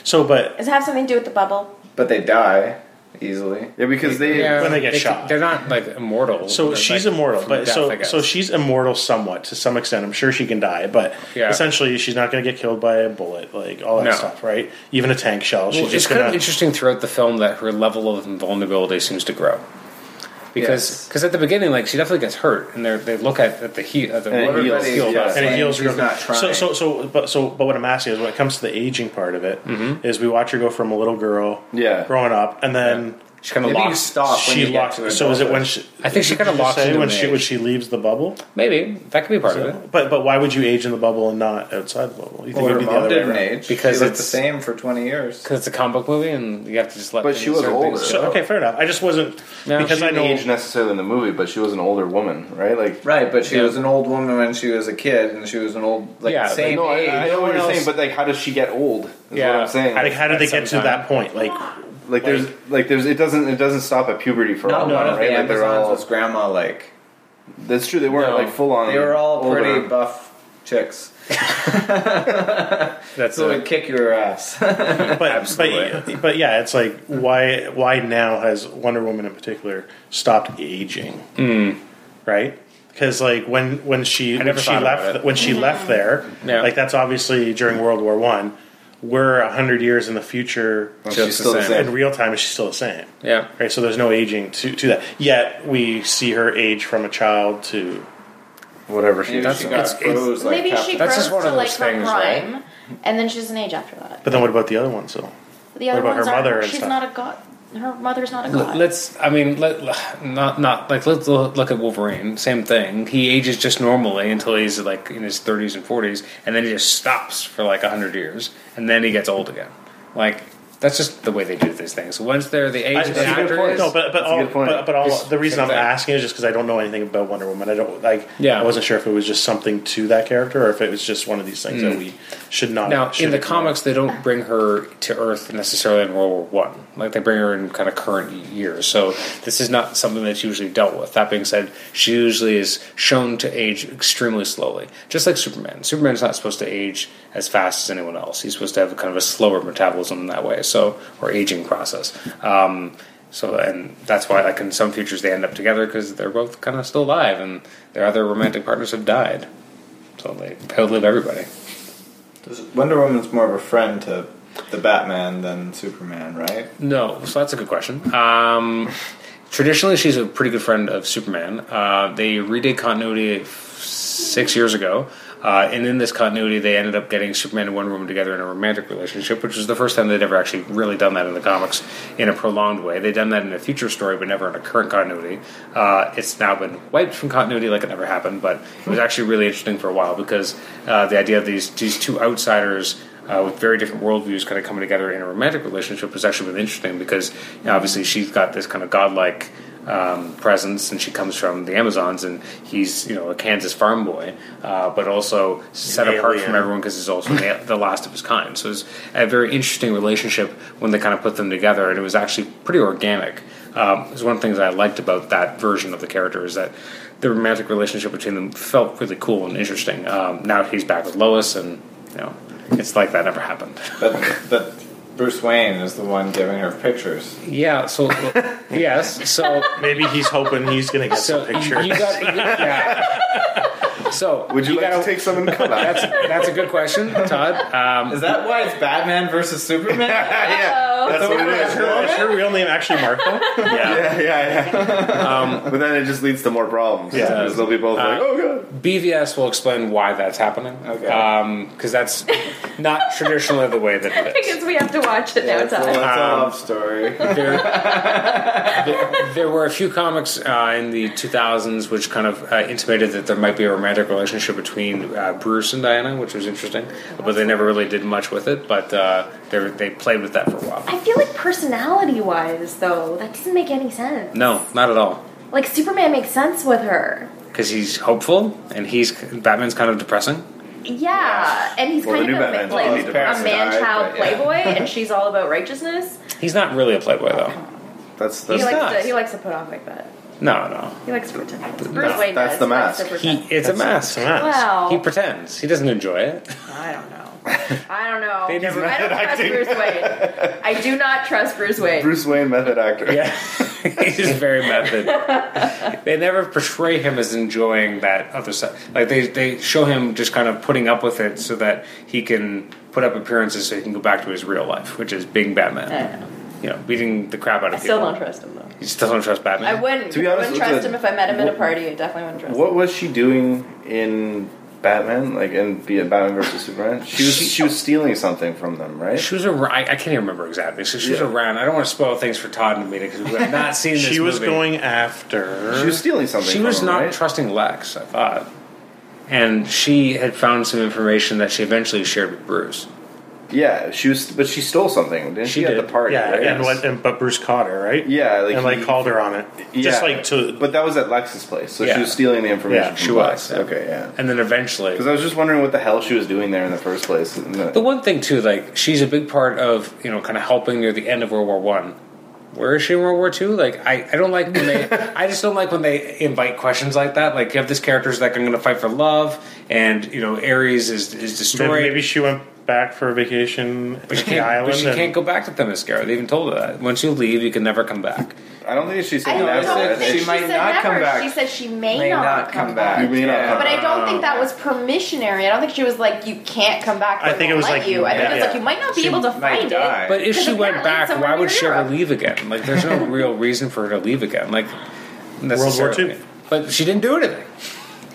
Speaker 2: So, but
Speaker 3: Does it have something to do with the bubble?
Speaker 4: but they die easily.
Speaker 6: yeah, because they.
Speaker 2: When they get shot.
Speaker 1: they're not like immortal.
Speaker 2: so
Speaker 1: They're,
Speaker 2: she's
Speaker 1: like,
Speaker 2: immortal,
Speaker 1: from
Speaker 2: but
Speaker 1: death, I
Speaker 2: so
Speaker 1: guess.
Speaker 2: so she's immortal somewhat to some extent. I'm sure she can die, but
Speaker 1: Yeah.
Speaker 2: essentially she's not gonna get killed by a bullet, like all that
Speaker 1: No.
Speaker 2: stuff, right? Even a tank shell, she's
Speaker 1: Well, it's
Speaker 2: just
Speaker 1: kind
Speaker 2: gonna.
Speaker 1: of interesting throughout the film that her level of invulnerability seems to grow. Because
Speaker 4: Yes.
Speaker 1: cause at the beginning, like she definitely gets hurt, and they they look at, at the heat at the
Speaker 6: And it
Speaker 1: whatever
Speaker 6: heals,
Speaker 1: that's healed
Speaker 6: yeah.
Speaker 1: up.
Speaker 2: and it
Speaker 4: Saying
Speaker 2: heals
Speaker 4: he's
Speaker 2: real
Speaker 4: not
Speaker 2: quick. So,
Speaker 4: trying.
Speaker 2: so, so, but so, but what I'm asking is, when it comes to the aging part of it, is we watch her go from a little girl,
Speaker 6: Yeah.
Speaker 2: growing up, and then
Speaker 1: She kind of
Speaker 4: Maybe you
Speaker 1: lost.
Speaker 4: stop when
Speaker 2: she
Speaker 4: you get
Speaker 2: locks.
Speaker 4: to
Speaker 2: So, is it when
Speaker 4: adulthood.
Speaker 2: she?
Speaker 1: I think she kind
Speaker 2: did
Speaker 1: of
Speaker 2: you
Speaker 1: lost
Speaker 2: say
Speaker 1: into
Speaker 2: when
Speaker 1: the
Speaker 2: she
Speaker 1: age.
Speaker 2: when she leaves the bubble.
Speaker 1: Maybe that could be part of it.
Speaker 2: But but why would you age in the bubble and not outside the bubble? You think
Speaker 4: Well,
Speaker 2: it'd
Speaker 4: her
Speaker 2: be the
Speaker 4: mom
Speaker 2: other way
Speaker 4: didn't
Speaker 2: around?
Speaker 4: age.
Speaker 1: Because
Speaker 4: she looked the
Speaker 1: it's-
Speaker 4: same for twenty years.
Speaker 1: Because it's a comic book movie, and you have to just let.
Speaker 6: But she was
Speaker 1: certain things
Speaker 6: older.
Speaker 2: So,
Speaker 1: go.
Speaker 2: okay, fair enough. I just wasn't
Speaker 1: No,
Speaker 2: because
Speaker 6: She
Speaker 2: I
Speaker 6: didn't
Speaker 2: know
Speaker 6: age necessarily in the movie, but she was an older woman, right? Like,
Speaker 4: Right, but she
Speaker 1: Yeah.
Speaker 4: was an old woman when she was a kid, and she was an old like
Speaker 1: Yeah,
Speaker 4: same
Speaker 6: no,
Speaker 4: age.
Speaker 6: I, I know what
Speaker 2: No
Speaker 6: you're
Speaker 2: one
Speaker 6: saying,
Speaker 2: else-
Speaker 6: but like, how does she get old? Is what
Speaker 1: Yeah.
Speaker 6: I'm saying.
Speaker 2: like how did they
Speaker 1: At
Speaker 2: get to
Speaker 1: some time.
Speaker 2: that point? Like
Speaker 6: like there's like there's it doesn't it doesn't stop at puberty for all
Speaker 4: Not
Speaker 6: of them,
Speaker 4: one of
Speaker 6: right?
Speaker 4: the
Speaker 6: Like they're
Speaker 4: Amazons
Speaker 6: all
Speaker 4: was grandma like. um,
Speaker 6: that's true. They weren't
Speaker 1: No.
Speaker 6: like full on.
Speaker 4: They were all
Speaker 6: older.
Speaker 4: pretty buff chicks.
Speaker 1: that's
Speaker 4: So
Speaker 1: a-
Speaker 4: it'd kick your ass.
Speaker 2: but, but but yeah, it's like why why now has Wonder Woman in particular stopped aging? Right? Because like when when she when
Speaker 1: Hmm. never
Speaker 2: she
Speaker 1: thought about
Speaker 2: left
Speaker 1: it.
Speaker 2: when she left there,
Speaker 1: Yeah.
Speaker 2: like that's obviously during World War One. We're a hundred years in the future
Speaker 6: She's
Speaker 1: Just the
Speaker 6: still the
Speaker 1: same.
Speaker 6: same.
Speaker 2: in real time, and she's still the same.
Speaker 1: yeah.
Speaker 2: Right, so there's no aging to, to that. Yet we see her age from a child to
Speaker 6: whatever she
Speaker 4: Maybe
Speaker 6: was.
Speaker 4: she got
Speaker 6: doing.
Speaker 4: froze like
Speaker 3: Maybe
Speaker 4: half
Speaker 3: she
Speaker 4: the-
Speaker 1: That's
Speaker 3: grows
Speaker 1: just one
Speaker 3: to
Speaker 1: of
Speaker 3: like
Speaker 1: those
Speaker 3: her
Speaker 1: things,
Speaker 3: prime, and then she doesn't age after that.
Speaker 2: But then what about the other ones though?
Speaker 3: The other
Speaker 2: about her
Speaker 3: ones are
Speaker 2: mother and
Speaker 3: she's
Speaker 2: stuff?
Speaker 3: not a god. Her mother's not a
Speaker 1: L-
Speaker 3: god.
Speaker 1: Let's. I mean, let, not not like let's lo- look at Wolverine. Same thing. He ages just normally until he's like in his thirties and forties, and then he just stops for like hundred years, and then he gets old again. Like that's just the way they do these things. Once they're the age
Speaker 2: I-
Speaker 1: of
Speaker 2: that's
Speaker 1: the
Speaker 2: a good
Speaker 1: actor
Speaker 2: point.
Speaker 1: is,
Speaker 2: No, but but
Speaker 6: a
Speaker 2: all,
Speaker 6: good point.
Speaker 2: but, but all
Speaker 1: It's-
Speaker 2: the reason
Speaker 1: same
Speaker 2: I'm
Speaker 1: thing.
Speaker 2: asking is just because I don't know anything about Wonder Woman. I don't like.
Speaker 1: Yeah.
Speaker 2: I wasn't sure if it was just something to that character or if it was just one of these things
Speaker 1: Hmm.
Speaker 2: that we should not.
Speaker 1: now
Speaker 2: should
Speaker 1: in the
Speaker 2: ignore.
Speaker 1: comics they don't bring her to Earth necessarily in World War One. Like they bring her in kind of current years. So this is not something that's usually dealt with. That being said, she usually is shown to age extremely slowly, just like Superman. Superman's not supposed to age as fast as anyone else. He's supposed to have kind of a slower metabolism in that way. So or aging process. Um, so and that's why like in some futures they end up together because they're both kind of still alive and their other romantic partners have died. So they outlive everybody.
Speaker 4: Wonder Woman's more of a friend to the Batman than Superman, right?
Speaker 1: No, so that's a good question. Um, traditionally, she's a pretty good friend of Superman. Uh, they redid continuity f- six years ago, uh, and in this continuity, they ended up getting Superman and Wonder Woman together in a romantic relationship, which was the first time they'd ever actually really done that in the comics in a prolonged way. They'd done that in a future story, but never in a current continuity. Uh, it's now been wiped from continuity like it never happened, but it was actually really interesting for a while because uh, the idea of these, these two outsiders uh, with very different worldviews kind of coming together in a romantic relationship has actually been interesting because you know, obviously she's got this kind of godlike um, presence and she comes from the Amazons and he's you know a Kansas farm boy, uh, but also set apart
Speaker 2: alien.
Speaker 1: from everyone because he's also the, the last of his kind. So it's a very interesting relationship when they kind of put them together, and it was actually pretty organic. Um, it's one of the things I liked about that version of the character is that the romantic relationship between them felt really cool and interesting. Um, now he's back with Lois, and you know it's like that never happened.
Speaker 4: But but Bruce Wayne is the one giving her pictures.
Speaker 1: Yeah. So yes. So
Speaker 2: maybe he's hoping he's going to get
Speaker 1: so
Speaker 2: some pictures.
Speaker 1: you got yeah. So
Speaker 6: Would you, like
Speaker 1: gotta,
Speaker 6: to take some and come back?
Speaker 1: that's that's a good question, Todd. Um,
Speaker 4: Is that why it's Batman versus Superman?
Speaker 6: yeah, that's what it is.
Speaker 2: Is
Speaker 6: Yeah,
Speaker 2: her real name actually Martha? yeah.
Speaker 6: yeah, yeah. but then it just leads to more problems.
Speaker 2: Yeah.
Speaker 6: because they'll be both like,
Speaker 4: Uh,
Speaker 6: "Oh god."
Speaker 1: BVS will explain why that's happening.
Speaker 4: Okay.
Speaker 1: Because that's not traditionally the way that it is.
Speaker 3: because we have to watch it now,
Speaker 4: It's a, it's a
Speaker 3: Todd.
Speaker 4: love Um, story.
Speaker 1: There, there, there were a few comics uh, in the 2000s which kind of uh, intimated that there might be a romantic relationship between uh, Bruce and Diana, which was interesting, but they never really did much with it. But uh, they were- they played with that for a while.
Speaker 3: I feel like personality-wise, though, that doesn't make any sense.
Speaker 1: No, not at all.
Speaker 3: Like Superman makes sense with her.
Speaker 1: Because he's hopeful and he's Batman's kind of depressing.
Speaker 3: Yeah, and he's
Speaker 6: Well, the
Speaker 3: kind
Speaker 6: new
Speaker 3: of a,
Speaker 6: Batman's
Speaker 3: ma-
Speaker 6: all
Speaker 3: like
Speaker 6: these
Speaker 3: a
Speaker 4: parasites,
Speaker 3: man-child
Speaker 4: but yeah.
Speaker 3: playboy, and she's all about righteousness.
Speaker 1: He's not really a playboy though.
Speaker 6: That's that's
Speaker 3: He likes
Speaker 1: not.
Speaker 3: to, he likes to put on like that.
Speaker 1: No, no.
Speaker 3: He likes to pretend. Bruce
Speaker 6: That's-
Speaker 3: Wayne does.
Speaker 6: that's the
Speaker 3: He likes
Speaker 6: mask.
Speaker 3: to
Speaker 1: He,
Speaker 3: pretend.
Speaker 1: it's a mask.
Speaker 3: Wow.
Speaker 1: He pretends. He doesn't enjoy it.
Speaker 3: I don't know. I don't know.
Speaker 1: They never-
Speaker 3: I don't trust Bruce Wayne. I do not trust Bruce Wayne.
Speaker 6: Bruce Wayne method actor.
Speaker 1: Yeah, he's just very method. they never portray him as enjoying that other side. Like they they show him just kind of putting up with it so that he can put up appearances so he can go back to his real life, which is being Batman.
Speaker 3: I don't know.
Speaker 1: You know, beating the crap out of
Speaker 3: I still
Speaker 1: people.
Speaker 3: don't trust him though.
Speaker 1: You still don't trust
Speaker 3: I
Speaker 1: Batman.
Speaker 3: wouldn't.
Speaker 6: To be
Speaker 3: I
Speaker 6: honest,
Speaker 3: wouldn't
Speaker 6: look at
Speaker 3: trust
Speaker 6: the-
Speaker 3: him if I met him at a party. I definitely wouldn't trust him.
Speaker 6: What was she doing in Batman? Like in Be- Batman versus Superman? She was she was stealing something from them, right?
Speaker 1: she was around. I, I can't even remember exactly. So she was
Speaker 6: Yeah.
Speaker 1: around. I don't want to spoil things for Todd and me because we have not seen this
Speaker 2: She was
Speaker 1: movie.
Speaker 2: going after.
Speaker 6: She was stealing something.
Speaker 1: She
Speaker 6: from
Speaker 1: was
Speaker 6: them,
Speaker 1: not
Speaker 6: right?
Speaker 1: trusting Lex, I thought. And she had found some information that she eventually shared with Bruce.
Speaker 6: Yeah, she was, but she stole something. Didn't she,
Speaker 1: She
Speaker 6: at
Speaker 1: did.
Speaker 6: the party?
Speaker 2: yeah,
Speaker 6: right?
Speaker 2: and what? And, but Bruce caught her, right?
Speaker 6: Yeah, like
Speaker 2: and like
Speaker 6: he-
Speaker 2: called her on it,
Speaker 6: Yeah.
Speaker 2: just like to.
Speaker 6: But that was at Lex's place, so
Speaker 1: Yeah.
Speaker 6: she was stealing the information.
Speaker 2: Yeah,
Speaker 6: from
Speaker 1: she was,
Speaker 6: Lex.
Speaker 1: yeah.
Speaker 6: Okay, yeah.
Speaker 1: And then eventually,
Speaker 6: Because I was just wondering what the hell she was doing there in the first place. And the-
Speaker 1: The one thing too, like she's a big part of you know, kind of helping near the end of World War One. Where is she in World War Two? Like I, I don't like when they, I just don't like when they invite questions like that. Like you have this character's like I'm going to fight for love, and you know Ares is is
Speaker 2: Maybe,
Speaker 1: destroyed.
Speaker 2: maybe she went back for a vacation
Speaker 1: but she
Speaker 2: the
Speaker 1: can't,
Speaker 2: island.
Speaker 1: but she
Speaker 2: and-
Speaker 1: can't go back to Themyscira. They even told her that once you leave, you can never come back.
Speaker 6: I don't think she said
Speaker 3: I
Speaker 6: no.
Speaker 3: don't
Speaker 6: I
Speaker 4: said
Speaker 3: think
Speaker 6: think
Speaker 3: she,
Speaker 6: she-
Speaker 4: might
Speaker 3: said
Speaker 4: not
Speaker 3: never.
Speaker 4: come back.
Speaker 3: She said she may,
Speaker 4: May not come back.
Speaker 6: You may not
Speaker 4: Yeah.
Speaker 6: come
Speaker 3: But I don't think that was permissionary. I don't think she was like, "You can't come back."
Speaker 2: I
Speaker 3: we
Speaker 2: think it
Speaker 3: won't
Speaker 2: was
Speaker 3: let
Speaker 2: like-
Speaker 3: you. I think it was
Speaker 2: yeah.
Speaker 3: like you might not be able to
Speaker 4: might
Speaker 3: find
Speaker 4: die.
Speaker 3: it.
Speaker 1: But if she
Speaker 3: Because
Speaker 1: went
Speaker 3: apparently
Speaker 1: back,
Speaker 3: somewhere
Speaker 1: why would
Speaker 3: in
Speaker 1: she ever
Speaker 3: Europe.
Speaker 1: leave again? Like there's no real reason for her to leave again. Like necessarily.
Speaker 2: Two.
Speaker 1: But she didn't do anything.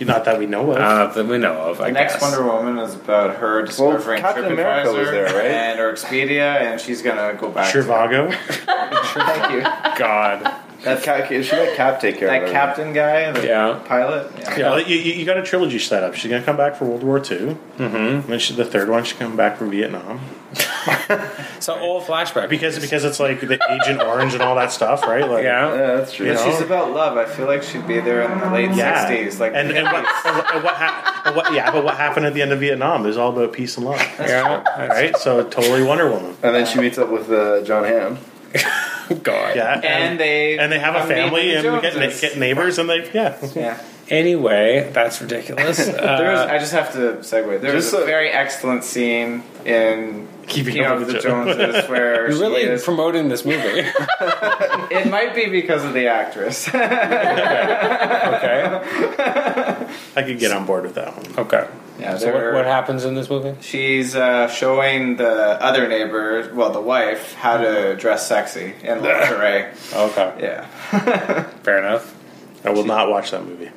Speaker 2: Not that we know of.
Speaker 1: Uh, that we know of. I
Speaker 4: The next
Speaker 1: guess.
Speaker 4: Wonder Woman is about her discovering
Speaker 6: Captain America was
Speaker 4: TripAdvisor
Speaker 6: there, right?
Speaker 4: and or Expedia, and she's gonna go back. to-
Speaker 2: Trivago.
Speaker 4: Thank you.
Speaker 1: God.
Speaker 6: That cap, she let Cap take care of
Speaker 4: That
Speaker 6: everything.
Speaker 4: captain guy, the
Speaker 1: Yeah.
Speaker 4: pilot. Yeah.
Speaker 2: Well, you, you you got a trilogy set up. She's gonna come back for World War 2 Mm-hmm. And then she, the third one, she's coming back from Vietnam
Speaker 1: So all flashback.
Speaker 2: because because it's like the Agent Orange and all that stuff, right? Like,
Speaker 1: yeah.
Speaker 6: Yeah, that's true.
Speaker 2: You
Speaker 4: But
Speaker 2: know?
Speaker 4: she's about love. I feel like she'd be there in the late
Speaker 2: Yeah.
Speaker 4: sixties. Like
Speaker 2: and, and, what, and, what, and what hap- and what- yeah, but what happened at the end of Vietnam is all about peace and love,
Speaker 1: Yeah.
Speaker 2: right? So totally Wonder Woman.
Speaker 6: And then she meets up with uh, John Hamm.
Speaker 1: God.
Speaker 2: Yeah,
Speaker 4: and they
Speaker 2: and they have a
Speaker 4: I'm naming
Speaker 2: family
Speaker 4: the
Speaker 2: and we get,
Speaker 4: Joneses.
Speaker 2: get neighbors and they yeah.
Speaker 4: Yeah.
Speaker 1: Anyway, that's ridiculous.
Speaker 4: There was,
Speaker 1: Uh,
Speaker 4: I just have to segue. There was
Speaker 6: Just
Speaker 4: a
Speaker 6: a-
Speaker 4: very excellent scene in
Speaker 2: Keeping
Speaker 4: Keeping
Speaker 2: Up
Speaker 4: Up
Speaker 2: with
Speaker 4: with the
Speaker 2: the Joneses.
Speaker 4: Joneses where
Speaker 1: you're
Speaker 4: she
Speaker 1: really
Speaker 4: is-
Speaker 1: promoting this movie.
Speaker 4: it might be because of the actress.
Speaker 1: okay.
Speaker 2: I could get on board with that one.
Speaker 1: Okay.
Speaker 4: Yeah,
Speaker 1: So
Speaker 4: they're-
Speaker 1: what, what happens in this movie?
Speaker 4: She's uh, showing the other neighbor, well, the wife, how to dress sexy in lingerie.
Speaker 1: Okay.
Speaker 4: Yeah.
Speaker 1: Fair enough.
Speaker 2: I will not watch that movie.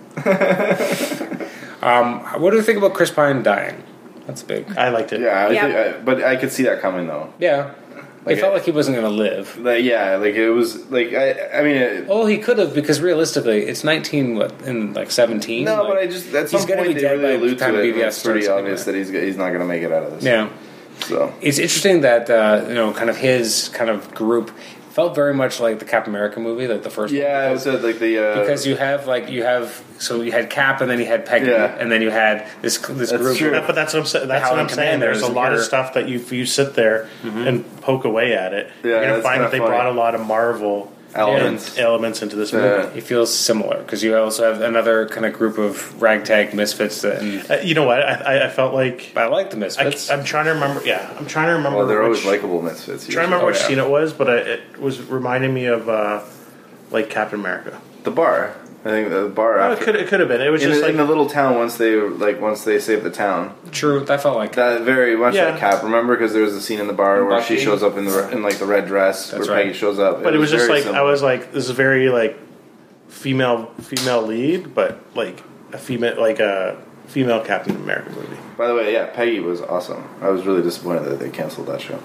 Speaker 1: Um, what do you think about Chris Pine dying? That's big.
Speaker 2: I liked it.
Speaker 6: Yeah, I
Speaker 7: Yeah.
Speaker 6: Think, I, but I could see that coming though.
Speaker 1: Yeah. it
Speaker 6: Like
Speaker 1: felt
Speaker 6: it-
Speaker 1: like he wasn't going to live.
Speaker 6: Like, yeah, like it was like I. I mean, it,
Speaker 1: Oh, he could have because realistically, it's 19 what in like 17.
Speaker 6: no,
Speaker 1: like-
Speaker 6: but I just at
Speaker 1: he's
Speaker 6: some
Speaker 1: gonna
Speaker 6: point
Speaker 1: be
Speaker 6: they
Speaker 1: dead by
Speaker 6: really
Speaker 1: the
Speaker 6: allude
Speaker 1: time
Speaker 6: to it. and
Speaker 1: BVS
Speaker 6: It's pretty
Speaker 1: starts
Speaker 6: obvious
Speaker 1: anyway.
Speaker 6: that he's he's not gonna make it out of this.
Speaker 1: Yeah.
Speaker 6: So
Speaker 1: It's interesting that uh, you know kind of his kind of group felt very much like the Cap America movie, like the first one.
Speaker 6: yeah, it was uh, like the uh,
Speaker 1: because you have like you have so you had Cap and then you had Peggy
Speaker 6: Yeah.
Speaker 1: and then you had this this
Speaker 6: That's
Speaker 1: group.
Speaker 6: true.
Speaker 2: That- but that's what I'm saying. That's what
Speaker 1: Howling
Speaker 2: I'm saying.
Speaker 1: Commandos
Speaker 2: There's a lot of
Speaker 1: here.
Speaker 2: stuff that you if you sit there and poke away at it.
Speaker 6: Mm-hmm. Yeah,
Speaker 2: you're gonna
Speaker 6: that's
Speaker 2: find
Speaker 6: kinda
Speaker 2: that they
Speaker 6: funny.
Speaker 2: brought a lot of Marvel
Speaker 6: Elements.
Speaker 2: and elements into this
Speaker 6: Yeah.
Speaker 2: movie.
Speaker 1: It feels similar because you also have another kind of group of ragtag misfits that. And,
Speaker 2: Uh, you know what? I, I, I felt like
Speaker 1: but I like the
Speaker 2: I,
Speaker 1: misfits.
Speaker 2: am trying to remember. Yeah, I'm trying to remember.
Speaker 6: well, they're always
Speaker 2: which,
Speaker 6: likable misfits.
Speaker 2: trying to remember
Speaker 1: Oh,
Speaker 2: which
Speaker 1: yeah.
Speaker 2: scene it was, but I, it was reminding me of uh, like Captain America.
Speaker 6: the bar. I think the bar
Speaker 2: Oh, it
Speaker 6: after.
Speaker 2: could it could have been. It was
Speaker 6: in,
Speaker 2: just
Speaker 6: the-
Speaker 2: like
Speaker 6: in the little town, once they like once they save the town,
Speaker 1: True, that felt like
Speaker 6: that very much
Speaker 2: Yeah.
Speaker 6: like Cap. Remember, because there was a scene in the bar where she
Speaker 4: Bucky.
Speaker 6: shows up in the in like the red dress
Speaker 1: That's
Speaker 6: where
Speaker 1: right.
Speaker 6: Peggy shows up.
Speaker 2: but it was just
Speaker 6: very
Speaker 2: like I
Speaker 6: similar.
Speaker 2: was like this is very like female female lead, but like a female like a female Captain America movie.
Speaker 6: By the way, yeah, Peggy was awesome. I was really disappointed that they canceled that show.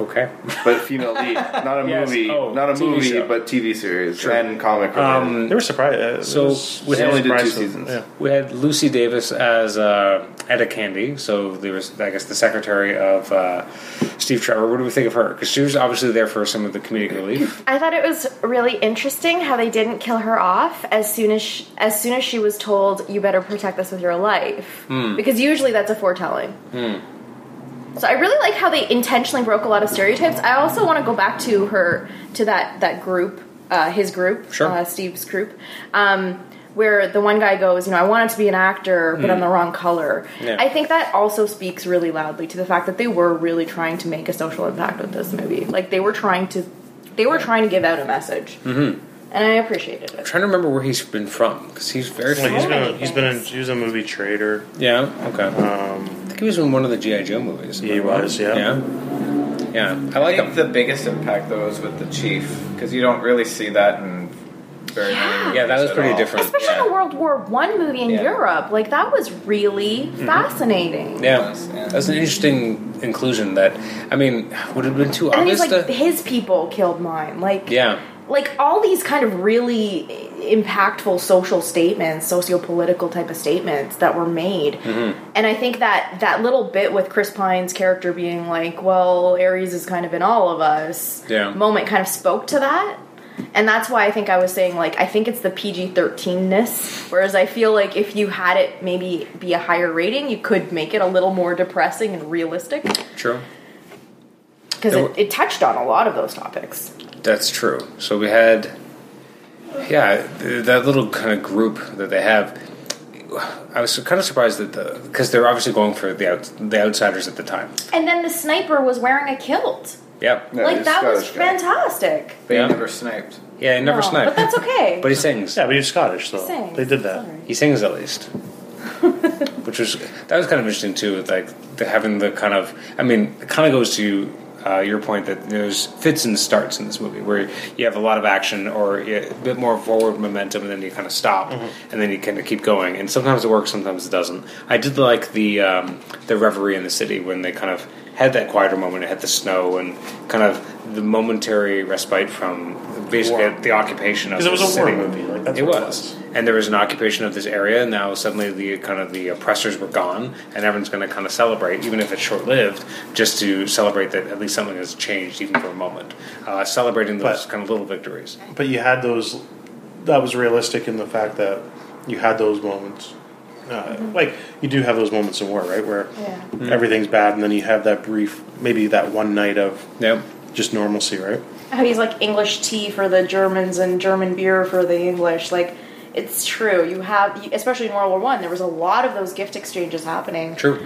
Speaker 1: okay.
Speaker 6: But female lead, not a
Speaker 1: Yes.
Speaker 6: movie,
Speaker 1: Oh,
Speaker 6: not a
Speaker 1: TV
Speaker 6: movie,
Speaker 1: show.
Speaker 6: but TV series and comic. related.
Speaker 2: They were surprised. Uh,
Speaker 1: So,
Speaker 2: it was-
Speaker 1: we
Speaker 2: it was
Speaker 6: only did two
Speaker 2: surprising.
Speaker 6: seasons.
Speaker 2: Yeah.
Speaker 1: We had Lucy Davis as uh, Etta Candy, so there was, I guess, the secretary of uh, Steve Trevor. What do we think of her? Because she was obviously there for some of the comedic relief.
Speaker 3: I thought it was really interesting how they didn't kill her off as soon as she, as soon as she was told you better protect this with your life because usually that's a foretelling. So I really like how they intentionally broke a lot of stereotypes. I also want to go back to her to that that group, uh, his group,
Speaker 1: Sure.
Speaker 3: uh, Steve's group. Um, where the one guy goes, you know, I wanted to be an actor, but I'm the wrong color.
Speaker 1: Hmm. Yeah.
Speaker 3: I think that also speaks really loudly to the fact that they were really trying to make a social impact with this movie. Like they were trying to, they were trying to give out a message, mm-hmm. and I appreciated
Speaker 1: I'm
Speaker 3: it.
Speaker 1: trying to remember where he's been from because he's very
Speaker 2: Like, he's
Speaker 3: So
Speaker 2: been
Speaker 3: many
Speaker 2: a, he's been in, he was a movie trader.
Speaker 1: Yeah. Okay. I think he was in one of the GI Joe movies.
Speaker 2: Um, He was, yeah.
Speaker 1: Yeah. Yeah. I
Speaker 4: I
Speaker 1: like
Speaker 4: think
Speaker 1: him.
Speaker 4: the biggest impact, though, is with the chief, because you don't really see that in very many movies
Speaker 1: Yeah, that was
Speaker 4: at
Speaker 1: pretty
Speaker 4: all.
Speaker 1: different.
Speaker 3: Especially in a World War One movie in
Speaker 4: Yeah.
Speaker 3: Europe, like that was really fascinating.
Speaker 1: Mm-hmm. Yeah.
Speaker 4: Yeah.
Speaker 1: That's an interesting inclusion. That I mean, would it have been too
Speaker 3: And then
Speaker 1: obvious.
Speaker 3: he's like,
Speaker 1: to-
Speaker 3: his people killed mine. Like,
Speaker 1: yeah.
Speaker 3: like all these kind of really impactful social statements socio-political type of statements that were made and i think that that little bit with chris pine's character being like well aries is kind of in all of us
Speaker 1: Yeah.
Speaker 3: moment kind of spoke to that and that's why i think i was saying like i think it's the pg-13ness whereas i feel like if you had it maybe be a higher rating you could make it a little more depressing and realistic
Speaker 1: True.
Speaker 3: because
Speaker 1: There were-
Speaker 3: it, it touched on a lot of those topics
Speaker 1: That's true. So we had, yeah, th- that little kind of group that they have. I was kind of surprised that the because they're obviously going for the out, the outsiders at the time.
Speaker 3: and then the sniper was wearing a kilt
Speaker 1: Yep.
Speaker 6: Yeah,
Speaker 3: like
Speaker 6: he's
Speaker 3: that was
Speaker 6: Scottish guy.
Speaker 3: fantastic.
Speaker 4: But
Speaker 1: Yeah.
Speaker 4: you never sniped.
Speaker 1: Yeah, he never
Speaker 3: No,
Speaker 1: sniped.
Speaker 3: but that's okay.
Speaker 1: But he sings.
Speaker 2: Yeah, but he's Scottish, so
Speaker 3: Same.
Speaker 2: they did that.
Speaker 3: Sorry.
Speaker 1: He sings at least. Which was that was kind of interesting too, with like the, having the kind of I mean, it kind of goes to uh, your point that there's fits and starts in this movie where you have a lot of action or a bit more forward momentum and then you kind of stop
Speaker 2: Mm-hmm.
Speaker 1: and then you kind of keep going. And sometimes it works, sometimes it doesn't. I did like the um, the reverie in the city when they kind of had that quieter moment. It had the snow and kind of the momentary respite from basically
Speaker 2: War.
Speaker 1: the occupation of
Speaker 2: Because it
Speaker 1: the
Speaker 2: was a war
Speaker 1: city.
Speaker 2: movie, like, that's
Speaker 1: it
Speaker 2: what it
Speaker 1: was
Speaker 2: was.
Speaker 1: and there was an occupation of this area. And now suddenly the kind of the oppressors were gone, and everyone's going to kind of celebrate, even if it's short lived, just to celebrate that at least something has changed, even for a moment. Uh, celebrating those
Speaker 2: But-
Speaker 1: kind of little victories.
Speaker 2: But you had those. That was realistic in the fact that you had those moments. Uh, Like you do have those moments in war, right, where
Speaker 8: Mm-hmm. Yeah.
Speaker 6: Mm-hmm.
Speaker 2: everything's bad, and then you have that brief, maybe that one night of
Speaker 1: Yeah,
Speaker 2: just normalcy, right?
Speaker 8: How he's like English tea for the Germans and German beer for the English. Like, it's true. You have, you- especially in World War One, there was a lot of those gift exchanges happening.
Speaker 1: true.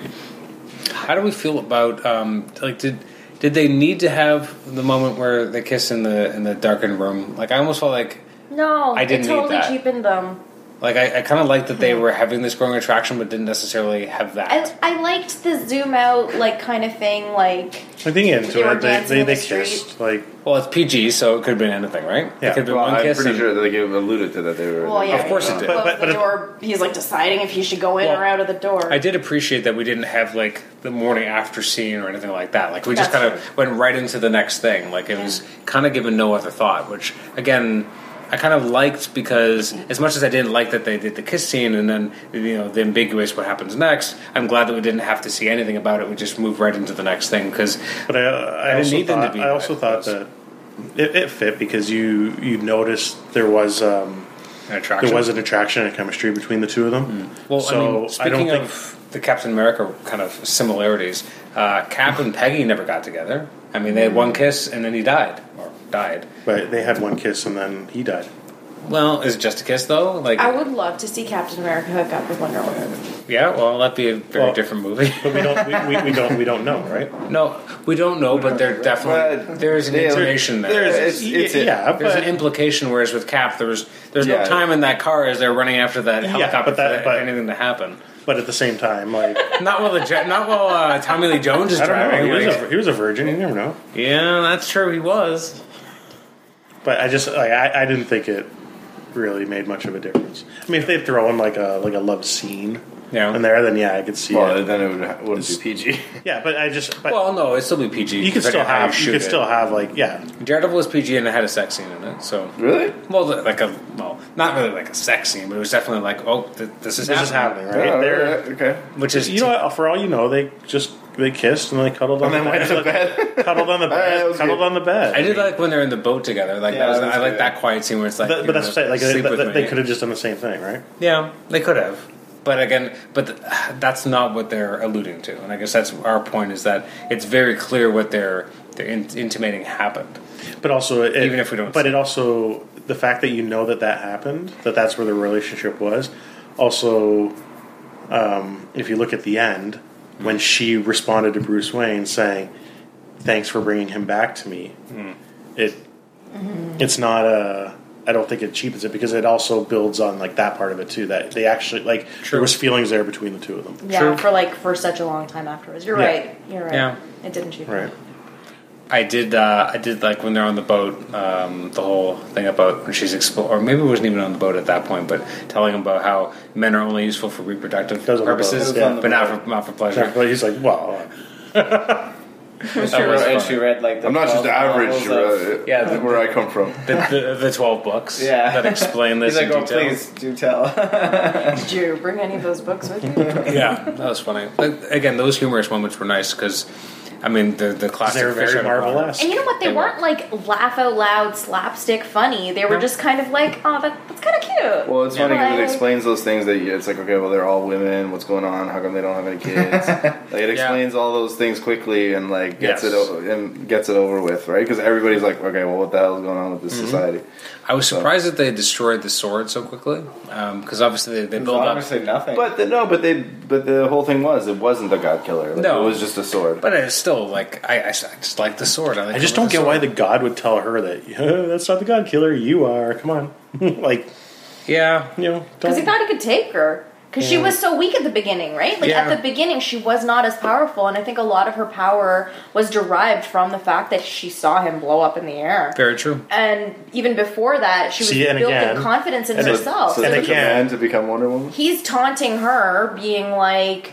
Speaker 1: How do we feel about um, like did did they need to have the moment where they kiss in the in the darkened room? Like I almost felt like.
Speaker 8: No,
Speaker 1: I didn't
Speaker 8: it
Speaker 1: need
Speaker 8: totally
Speaker 1: that.
Speaker 8: cheapened them.
Speaker 1: Like I, I kind of liked that they
Speaker 6: Hmm.
Speaker 1: were having this growing attraction, but didn't necessarily have that.
Speaker 8: I, I liked the zoom out like kind of thing. Like,
Speaker 2: I think into
Speaker 8: They were
Speaker 2: it, they
Speaker 8: dancing
Speaker 2: they,
Speaker 8: in
Speaker 2: they
Speaker 8: the street.
Speaker 2: kissed like
Speaker 1: well, it's PG, so it could have been anything, right? It
Speaker 2: Yeah.
Speaker 1: could have been
Speaker 6: Well,
Speaker 1: one
Speaker 6: I'm
Speaker 1: kiss.
Speaker 6: pretty
Speaker 1: and-
Speaker 6: sure that they gave- alluded to that they were. oh,
Speaker 8: well, yeah,
Speaker 1: Of course it did.
Speaker 8: But,
Speaker 2: But- but-
Speaker 8: the
Speaker 2: but-
Speaker 8: door, he's like deciding if he should go in
Speaker 1: Well,
Speaker 8: or out of the door.
Speaker 1: I did appreciate that we didn't have like the morning after scene or anything like that. Like we just
Speaker 8: That's
Speaker 1: kind of went right into the next thing. Like it was kind of given no other thought, which again I kind of liked because as much as I didn't like that they did the kiss scene and then you know the ambiguous what happens next, I'm glad that we didn't have to see anything about it. We just moved right into the next thing because
Speaker 2: But I, I,
Speaker 1: didn't
Speaker 2: also
Speaker 1: need them
Speaker 2: thought,
Speaker 1: to be
Speaker 2: I also thought
Speaker 1: close.
Speaker 2: that it, it fit because you you noticed there was um,
Speaker 1: an attraction.
Speaker 2: there was an attraction and chemistry between the two of them.
Speaker 1: Well, I
Speaker 2: so
Speaker 1: mean,
Speaker 2: I, don't
Speaker 1: speaking
Speaker 2: think
Speaker 1: of the Captain America kind of similarities, uh, Cap and Peggy never got together. I mean, they had one kiss and then he died or died.
Speaker 2: but they had one kiss and then he died.
Speaker 1: Well, is it just a kiss though? Like,
Speaker 8: I would love to see Captain America hook up with Wonder Woman.
Speaker 1: yeah, well, that'd be a very
Speaker 2: Well-
Speaker 1: different movie.
Speaker 2: But we don't we, we, we don't we don't know, right?
Speaker 1: no, we don't know, but there definitely
Speaker 6: But
Speaker 1: there is an
Speaker 6: there-
Speaker 1: intimation there.
Speaker 6: there's- It's- it's it.
Speaker 2: yeah,
Speaker 1: There's
Speaker 2: but
Speaker 1: an implication, whereas with Cap, there was there's no
Speaker 6: Yeah.
Speaker 1: time in that car as they're running after that
Speaker 2: Yeah,
Speaker 1: helicopter
Speaker 2: but that-
Speaker 1: for
Speaker 2: but-
Speaker 1: anything to happen.
Speaker 2: but at the same time, like
Speaker 1: Not while the jet, not while uh, Tommy Lee Jones is
Speaker 2: I don't know,
Speaker 1: driving.
Speaker 2: he was,
Speaker 1: like-
Speaker 2: a, he was a virgin. You never know.
Speaker 1: yeah, that's true. He was.
Speaker 2: But I just like I, I didn't think it really made much of a difference. I mean, if they throw in like a like a love scene
Speaker 1: Yeah.
Speaker 2: in there, then yeah, I could see
Speaker 6: Well,
Speaker 2: it.
Speaker 6: then it would, wouldn't be PG.
Speaker 2: Yeah, but I just but
Speaker 1: Well, no, it'd still be PG.
Speaker 2: you could still
Speaker 1: depending on how
Speaker 2: have you
Speaker 1: shoot
Speaker 2: could
Speaker 1: it.
Speaker 2: still have like yeah
Speaker 1: Daredevil was PG and it had a sex scene in it. So
Speaker 6: really?
Speaker 1: well, like a well, not really like a sex scene, but it was definitely like, oh, th- this is
Speaker 2: this is happening right
Speaker 6: Oh,
Speaker 2: there.
Speaker 6: alright, okay.
Speaker 1: which is
Speaker 2: You know, what, for all you know, they just they kissed and they cuddled on
Speaker 6: And then
Speaker 2: the
Speaker 6: went to
Speaker 2: bed.
Speaker 6: bed.
Speaker 2: cuddled on the
Speaker 6: right, that
Speaker 2: bed.
Speaker 6: was
Speaker 2: Cuddled
Speaker 6: good.
Speaker 2: on the bed.
Speaker 1: I did like when they're in the boat together. Like
Speaker 6: Yeah,
Speaker 1: that was,
Speaker 6: that was
Speaker 1: I like
Speaker 6: good.
Speaker 1: that quiet scene where it's like,
Speaker 2: That-
Speaker 1: you
Speaker 2: but that's
Speaker 1: know,
Speaker 2: what I'm saying, like
Speaker 1: sleep
Speaker 2: that-
Speaker 1: with
Speaker 2: that- they
Speaker 1: me.
Speaker 2: could have just done the same thing, right?
Speaker 1: Yeah, they could have. But again, but th that's not what they're alluding to, and I guess that's our point is that it's very clear what they're they're in, intimating happened.
Speaker 2: But also, it,
Speaker 1: Even if we don't
Speaker 2: But
Speaker 1: see
Speaker 2: it also the fact that you know that that happened, that that's where the relationship was. Also, um, if you look at the end when she responded to Bruce Wayne saying, "Thanks for bringing him back to me,"
Speaker 1: Hmm.
Speaker 2: it
Speaker 8: Mm-hmm.
Speaker 2: it's not a. I don't think it cheapens it because it also builds on like that part of it too. That they actually like
Speaker 1: True.
Speaker 2: there was feelings there between the two of them.
Speaker 8: Yeah,
Speaker 1: True.
Speaker 8: for like for such a long time afterwards. You're
Speaker 2: Yeah.
Speaker 8: right. You're right.
Speaker 1: Yeah.
Speaker 8: It didn't cheapen.
Speaker 2: Right.
Speaker 1: I did. Uh, I did like when they're on the boat. Um, the whole thing about when she's explo- or maybe it wasn't even on the boat at that point, but telling him about how men are only useful for reproductive
Speaker 2: That was on the boat,
Speaker 1: purposes,
Speaker 2: yeah.
Speaker 1: but not for not for pleasure.
Speaker 2: But he's like, well,
Speaker 4: And she,
Speaker 1: That was
Speaker 4: wrote, and
Speaker 1: fun.
Speaker 4: she read like the
Speaker 6: I'm not just
Speaker 4: 12
Speaker 6: average.
Speaker 4: novels of-
Speaker 6: uh,
Speaker 1: Yeah, the-
Speaker 6: where I come from.
Speaker 1: The, the, the twelve books
Speaker 4: Yeah.
Speaker 1: that explain this
Speaker 4: He's like,
Speaker 1: in
Speaker 4: oh,
Speaker 1: detail.
Speaker 4: please do tell.
Speaker 8: Did you bring any of those books with you?
Speaker 1: Yeah, that was funny. Like, again, those humorous moments were nice because, I mean, the the classic.
Speaker 2: they're
Speaker 1: fish
Speaker 2: very
Speaker 1: out of water.
Speaker 2: marvelous.
Speaker 8: and you know what? They,
Speaker 1: They
Speaker 8: weren't like laugh out loud slapstick funny. They were
Speaker 1: No.
Speaker 8: just kind of like, oh, that, that's kind of cute.
Speaker 6: Well, it's funny because it
Speaker 8: Like-
Speaker 6: explains those things that you, it's like, okay, well, they're all women. What's going on? How come they don't have any kids? like, it explains all those things quickly and like gets
Speaker 1: Yes.
Speaker 6: it o- and gets it over with, right? Because everybody's like, okay, well, what the hell's going on with
Speaker 1: Mm-hmm.
Speaker 6: this society?
Speaker 1: I was surprised that they destroyed the sword so quickly because obviously they, they build up.
Speaker 4: Obviously nothing.
Speaker 6: But the, no, but they, but the whole thing was it wasn't the God Killer. Like,
Speaker 1: No.
Speaker 6: it was just a sword.
Speaker 1: But it's still like I, I s- I just like the sword. I, like
Speaker 2: I just
Speaker 1: the
Speaker 2: don't get
Speaker 1: sword.
Speaker 2: why the god would tell her that "Yeah, that's not the god killer. You are. Come on, like
Speaker 1: Yeah,
Speaker 2: you know,
Speaker 8: Because he
Speaker 2: don't.
Speaker 8: thought he could take her.
Speaker 3: Because she was so weak at the beginning, right? Like
Speaker 1: Yeah.
Speaker 3: at the beginning, she was not as powerful, and I think a lot of her power was derived from the fact that she saw him blow up in the air.
Speaker 1: Very true.
Speaker 3: And even before that, she was
Speaker 2: See, and
Speaker 3: building
Speaker 2: again-
Speaker 3: confidence in
Speaker 2: and it-
Speaker 3: herself.
Speaker 6: So
Speaker 2: And
Speaker 6: it
Speaker 2: they
Speaker 6: took a
Speaker 2: can.
Speaker 6: man to become Wonder Woman.
Speaker 3: He's taunting her, being like,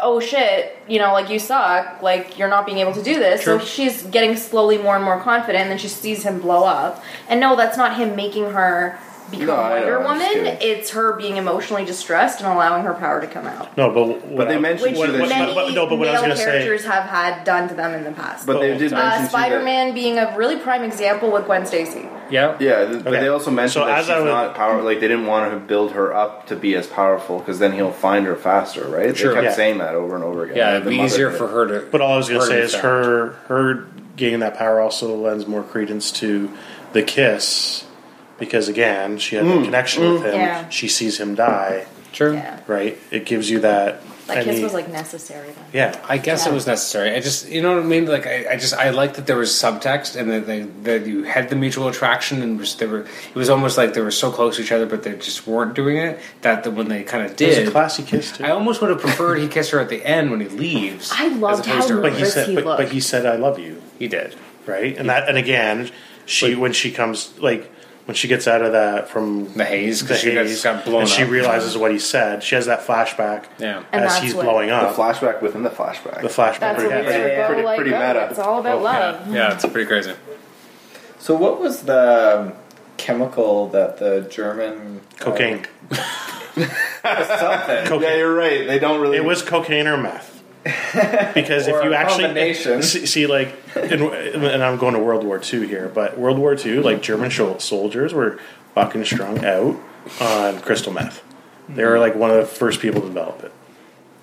Speaker 3: "Oh shit, you know, like you suck, like you're not being able to do this." So
Speaker 1: True.
Speaker 3: she's getting slowly more and more confident, and then she sees him blow up. And no, that's not him making her become
Speaker 6: No, I know,
Speaker 3: Wonder
Speaker 6: I'm just
Speaker 3: Woman.
Speaker 6: kidding.
Speaker 3: It's her being emotionally distressed and allowing her power to come out.
Speaker 2: No, but what
Speaker 6: But they
Speaker 2: I-
Speaker 6: mentioned
Speaker 3: which
Speaker 6: too that
Speaker 2: what-
Speaker 3: many
Speaker 2: but- no, but what I was
Speaker 3: male
Speaker 2: gonna say-
Speaker 3: characters have had done to them in the past.
Speaker 6: But
Speaker 1: Oh.
Speaker 6: they did
Speaker 2: Uh,
Speaker 6: mention
Speaker 3: uh,
Speaker 6: too
Speaker 3: Spider-Man being a really prime example with Gwen Stacy.
Speaker 1: Yeah.
Speaker 6: That, yeah, th- but
Speaker 2: Okay.
Speaker 6: they also mentioned
Speaker 2: So
Speaker 6: that
Speaker 2: as
Speaker 6: she's
Speaker 2: I would-
Speaker 6: not power. Like they didn't want to build her up to be as powerful because then he'll find her faster, right?
Speaker 1: Sure.
Speaker 6: They kept
Speaker 2: Yeah.
Speaker 6: saying that over and over again.
Speaker 1: Yeah, it'd
Speaker 6: The
Speaker 1: be
Speaker 6: mother
Speaker 1: easier
Speaker 6: did.
Speaker 1: for her to.
Speaker 2: But all I was gonna
Speaker 1: her
Speaker 2: say
Speaker 1: to
Speaker 2: is
Speaker 1: defend.
Speaker 2: her her gaining that power also lends more credence to the kiss because again she had
Speaker 6: Mm,
Speaker 2: a connection with him.
Speaker 3: Yeah.
Speaker 2: She sees him die,
Speaker 1: True.
Speaker 3: Yeah,
Speaker 2: right? It gives you that.
Speaker 3: that kiss
Speaker 2: any-
Speaker 3: was like necessary. Then.
Speaker 2: yeah.
Speaker 1: I guess it
Speaker 3: Yeah.
Speaker 1: was necessary. I just, you know what I mean? Like, I, I just, I like that there was subtext and that, they, that you had the mutual attraction and was, they were, it was almost like they were so close to each other, but they just weren't doing it. That the, when they kind of
Speaker 2: It was a
Speaker 1: did,
Speaker 2: classy kiss too.
Speaker 1: I almost would have preferred he kissed her at the end when he leaves.
Speaker 3: I
Speaker 1: as
Speaker 3: loved
Speaker 1: opposed
Speaker 3: how
Speaker 1: to earlier.
Speaker 2: but he
Speaker 3: nervous
Speaker 2: said,
Speaker 3: he
Speaker 2: but, but
Speaker 3: looked.
Speaker 2: he said, "I love you,"
Speaker 1: he did.
Speaker 2: right? And that, and again, she when she comes like when she gets out of that from
Speaker 1: The haze,
Speaker 2: the
Speaker 1: because she got-
Speaker 2: haze,
Speaker 1: got blown
Speaker 2: and she
Speaker 1: up.
Speaker 2: realizes what he said. She has that flashback
Speaker 1: Yeah.
Speaker 3: And
Speaker 2: as
Speaker 3: that's
Speaker 2: he's
Speaker 3: what-
Speaker 2: blowing
Speaker 6: the
Speaker 2: up.
Speaker 6: flashback within the flashback.
Speaker 2: Uh, The flashback.
Speaker 3: That's what we
Speaker 2: yeah.
Speaker 3: were
Speaker 6: pretty-
Speaker 3: go like.
Speaker 6: pretty
Speaker 3: oh,
Speaker 6: meta.
Speaker 3: It's all about love.
Speaker 1: Yeah, it's pretty crazy.
Speaker 4: So what was the um, chemical that the German
Speaker 2: Cocaine.
Speaker 4: something?
Speaker 2: Cocaine.
Speaker 6: Yeah, you're right. They don't really.
Speaker 2: It was cocaine or meth. Because
Speaker 4: Or
Speaker 2: if you
Speaker 4: a
Speaker 2: actually
Speaker 4: combination.
Speaker 2: see, see, like, in, and I'm going to World War II here, but World War II, like German shol- soldiers were fucking strung out on crystal meth. They were like one of the first people to develop it.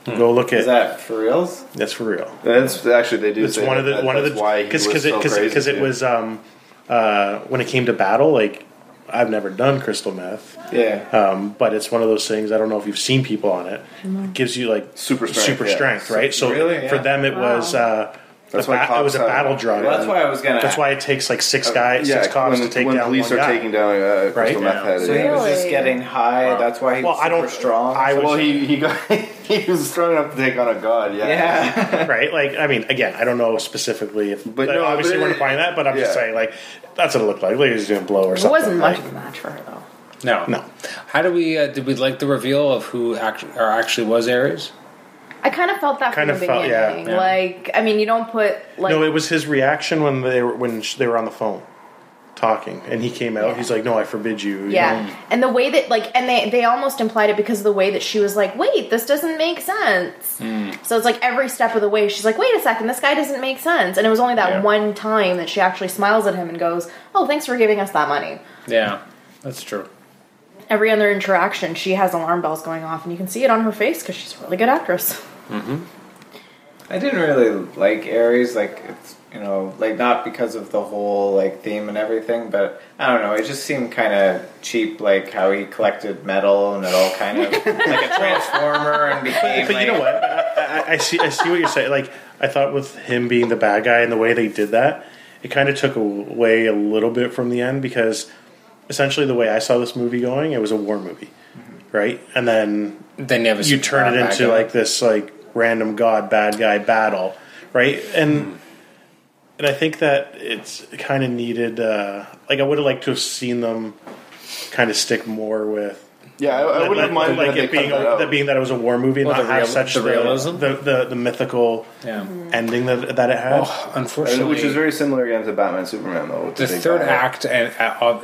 Speaker 1: Hmm.
Speaker 2: Go look at
Speaker 4: Is that for reals?
Speaker 2: That's for real.
Speaker 6: That's actually they do.
Speaker 2: It's
Speaker 6: say
Speaker 2: one of the
Speaker 6: that.
Speaker 2: one of the
Speaker 6: That's why
Speaker 2: because
Speaker 6: because
Speaker 2: it because
Speaker 6: because
Speaker 2: it was um uh when it came to battle like I've never done crystal meth.
Speaker 4: Yeah.
Speaker 2: Um, but it's one of those things. I don't know if you've seen people on it. It gives you like
Speaker 6: Super strength,
Speaker 2: super
Speaker 6: yeah.
Speaker 2: strength, right? So
Speaker 4: Really? Yeah.
Speaker 2: for them, it was uh,
Speaker 6: That's
Speaker 2: a
Speaker 6: why
Speaker 2: ba- it was a
Speaker 6: cops have-
Speaker 2: battle drug.
Speaker 4: well, that's why I was gonna.
Speaker 2: That's why it takes like six guys, six cops
Speaker 6: Uh, when,
Speaker 2: to take
Speaker 6: when
Speaker 2: down
Speaker 6: police
Speaker 2: one
Speaker 6: are
Speaker 2: guy.
Speaker 6: taking down a uh, crystal
Speaker 2: Right?
Speaker 6: meth
Speaker 2: Yeah.
Speaker 6: head.
Speaker 4: So he
Speaker 6: yeah.
Speaker 4: was just
Speaker 3: Really?
Speaker 4: getting high. That's why he
Speaker 2: Well,
Speaker 4: was
Speaker 2: I
Speaker 4: super
Speaker 2: don't-
Speaker 4: strong.
Speaker 2: I was-
Speaker 6: Well, he he got he was strong enough to take on a god. Yeah.
Speaker 4: yeah.
Speaker 2: right? Like, I mean, again, I don't know specifically if, but
Speaker 6: But no,
Speaker 2: obviously
Speaker 6: but
Speaker 2: we're
Speaker 6: it-
Speaker 2: implying that. But I'm just
Speaker 6: yeah.
Speaker 2: saying, like, that's what it looked like. Like he was doing blow or
Speaker 3: It
Speaker 2: something.
Speaker 3: wasn't much
Speaker 2: like-
Speaker 3: of a match for her though.
Speaker 1: No,
Speaker 2: No.
Speaker 1: How do we? Uh, did we like the reveal of who act- or actually was Ares?
Speaker 3: I kind of felt that
Speaker 2: Kind
Speaker 3: from
Speaker 2: of
Speaker 3: the
Speaker 2: felt- yeah,
Speaker 3: beginning.
Speaker 1: yeah.
Speaker 3: Like, I mean, you don't put like
Speaker 2: no, it was his reaction when they were when sh- they were on the phone talking, and he came out.
Speaker 3: Yeah.
Speaker 2: He's like, "No, I forbid you." you
Speaker 3: Yeah, and the way that like, and they they almost implied it because of the way that she was like, "Wait, this doesn't make sense."
Speaker 2: Hmm.
Speaker 3: So it's like every step of the way, she's like, "Wait a second, this guy doesn't make sense." And it was only that
Speaker 1: Yeah.
Speaker 3: one time that she actually smiles at him and goes, "Oh, thanks for giving us that money."
Speaker 1: Yeah, that's true.
Speaker 3: Every other interaction, she has alarm bells going off, and you can see it on her face because she's a really good actress.
Speaker 4: I didn't really like Aries. Like it's you know like not because of the whole like theme and everything, but I don't know. It just seemed kind of cheap. Like how he collected metal and it all kind of like a transformer and became.
Speaker 2: But you know
Speaker 4: like-
Speaker 2: what? I, I- I see. I see what you're saying. Like I thought with him being the bad guy and the way they did that, it kind of took away a little bit from the end because essentially the way I saw this movie going, it was a war movie,
Speaker 3: Mm-hmm.
Speaker 2: right? And then
Speaker 1: Then you have a
Speaker 2: you turn it
Speaker 1: superpower
Speaker 2: into
Speaker 1: back
Speaker 2: like this like random god bad guy battle, right? And
Speaker 6: Hmm.
Speaker 2: and I think that it's kind of needed. Uh, like I would have liked to have seen them kind of stick more with
Speaker 6: Yeah, I, I wouldn't have minded
Speaker 2: like
Speaker 6: that they
Speaker 2: it being
Speaker 6: cut that out.
Speaker 2: that being that it was a war movie, and
Speaker 1: Well,
Speaker 2: not
Speaker 1: the
Speaker 2: have
Speaker 1: real-
Speaker 2: such
Speaker 1: the realism?
Speaker 2: the, the, the mythical
Speaker 1: Yeah.
Speaker 2: ending that, that it had.
Speaker 1: Oh,
Speaker 6: And-
Speaker 1: unfortunately,
Speaker 6: which is very similar again to Batman Superman though. with
Speaker 1: the
Speaker 6: big
Speaker 1: third
Speaker 6: guy.
Speaker 1: act and uh, of-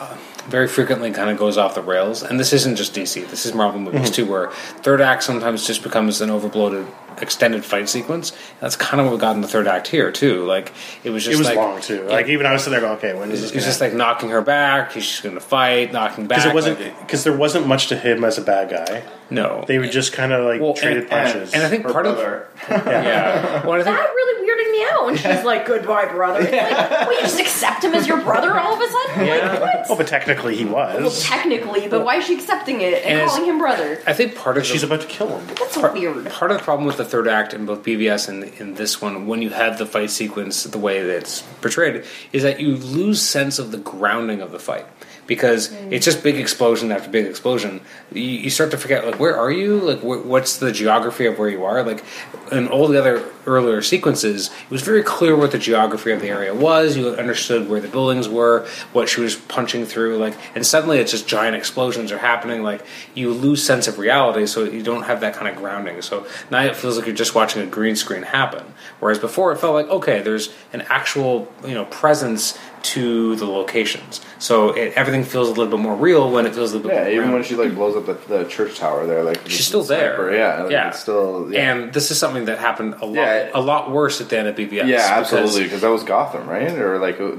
Speaker 1: uh, very frequently kind of goes off the rails and this isn't just dc this is marvel movies
Speaker 2: Mm-hmm.
Speaker 1: too where third act sometimes just becomes an overbloated extended fight sequence that's kind of what we got in the third act here too like it was just
Speaker 2: it was
Speaker 1: like
Speaker 2: long too. Like even I was sitting there going, "Okay, when is this?"
Speaker 1: it's
Speaker 2: gonna
Speaker 1: just like knocking her back he's just gonna fight knocking back
Speaker 2: because it wasn't
Speaker 1: like-
Speaker 2: because there wasn't much to him as a bad guy.
Speaker 1: no
Speaker 2: They would just kind of like
Speaker 1: Well, and-
Speaker 2: traded
Speaker 1: and-
Speaker 2: punches.
Speaker 1: and i think
Speaker 4: Her
Speaker 1: part
Speaker 4: brother.
Speaker 1: of yeah well, I think
Speaker 3: That really weirded me out. And she's like, "Goodbye, brother." It's Like, well, you just accept him as your brother all of a sudden.
Speaker 1: Yeah.
Speaker 3: Like, what?
Speaker 2: oh, but technically he
Speaker 3: Well,
Speaker 2: was.
Speaker 3: technically, but why is she accepting it and,
Speaker 1: And it's-
Speaker 3: calling him brother?
Speaker 1: I think part of
Speaker 2: She's
Speaker 1: the-
Speaker 2: about to kill him.
Speaker 3: That's
Speaker 1: part,
Speaker 3: weird.
Speaker 1: part of the problem with the third act in both BVS and in this one, when you have the fight sequence the way that it's portrayed, is that you lose sense of the grounding of the fight. because
Speaker 3: Mm.
Speaker 1: it's just big explosion after big explosion. You, you start to forget like where are you? Like wh- what's the geography of where you are? Like in all the other earlier sequences, it was very clear what the geography of the area was. You understood where the buildings were, what she was punching through. Like and suddenly it's just giant explosions are happening. Like you lose sense of reality, so you don't have that kind of grounding. So now it feels like you're just watching a green screen happen. Whereas before it felt like okay, there's an actual you know presence to the locations. So it, everything feels a little bit more real when it feels a little bit
Speaker 6: Yeah,
Speaker 1: more
Speaker 6: even
Speaker 1: grounded.
Speaker 6: when she like blows up the, the church tower there, like
Speaker 1: she's still there.
Speaker 6: Yeah, like,
Speaker 1: yeah.
Speaker 6: It's still yeah.
Speaker 1: And this is something that happened a lot,
Speaker 6: Yeah.
Speaker 1: a lot worse at the end of BBS.
Speaker 6: yeah,
Speaker 1: because-
Speaker 6: absolutely, because that was Gotham, right? Or like, or,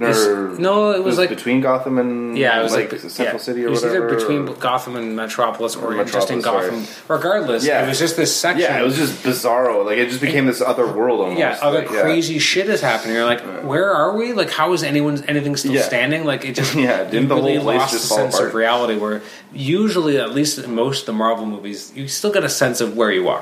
Speaker 1: no, it was like-
Speaker 6: between Gotham and
Speaker 1: Yeah, it was like,
Speaker 6: like, Central
Speaker 1: yeah.
Speaker 6: City
Speaker 1: it
Speaker 6: or
Speaker 1: was
Speaker 6: whatever.
Speaker 1: either between
Speaker 6: or-
Speaker 1: Gotham and Metropolis, or,
Speaker 6: Metropolis,
Speaker 1: just in
Speaker 6: sorry.
Speaker 1: Gotham. Regardless,
Speaker 6: Yeah.
Speaker 1: it was just this section.
Speaker 6: yeah, it was just bizarro. Like it just became this other world almost.
Speaker 1: yeah, other
Speaker 6: like,
Speaker 1: crazy shit is happening. You're like, where are we? Like, how is anyone anything still
Speaker 6: Yeah.
Speaker 1: standing? Like, it just
Speaker 6: Yeah, didn't
Speaker 1: you
Speaker 6: the
Speaker 1: really
Speaker 6: whole place
Speaker 1: lost
Speaker 6: just
Speaker 1: the
Speaker 6: fall
Speaker 1: sense of
Speaker 6: apart?
Speaker 1: reality. Where usually, at least in most of the Marvel movies, you still get a sense of where you are.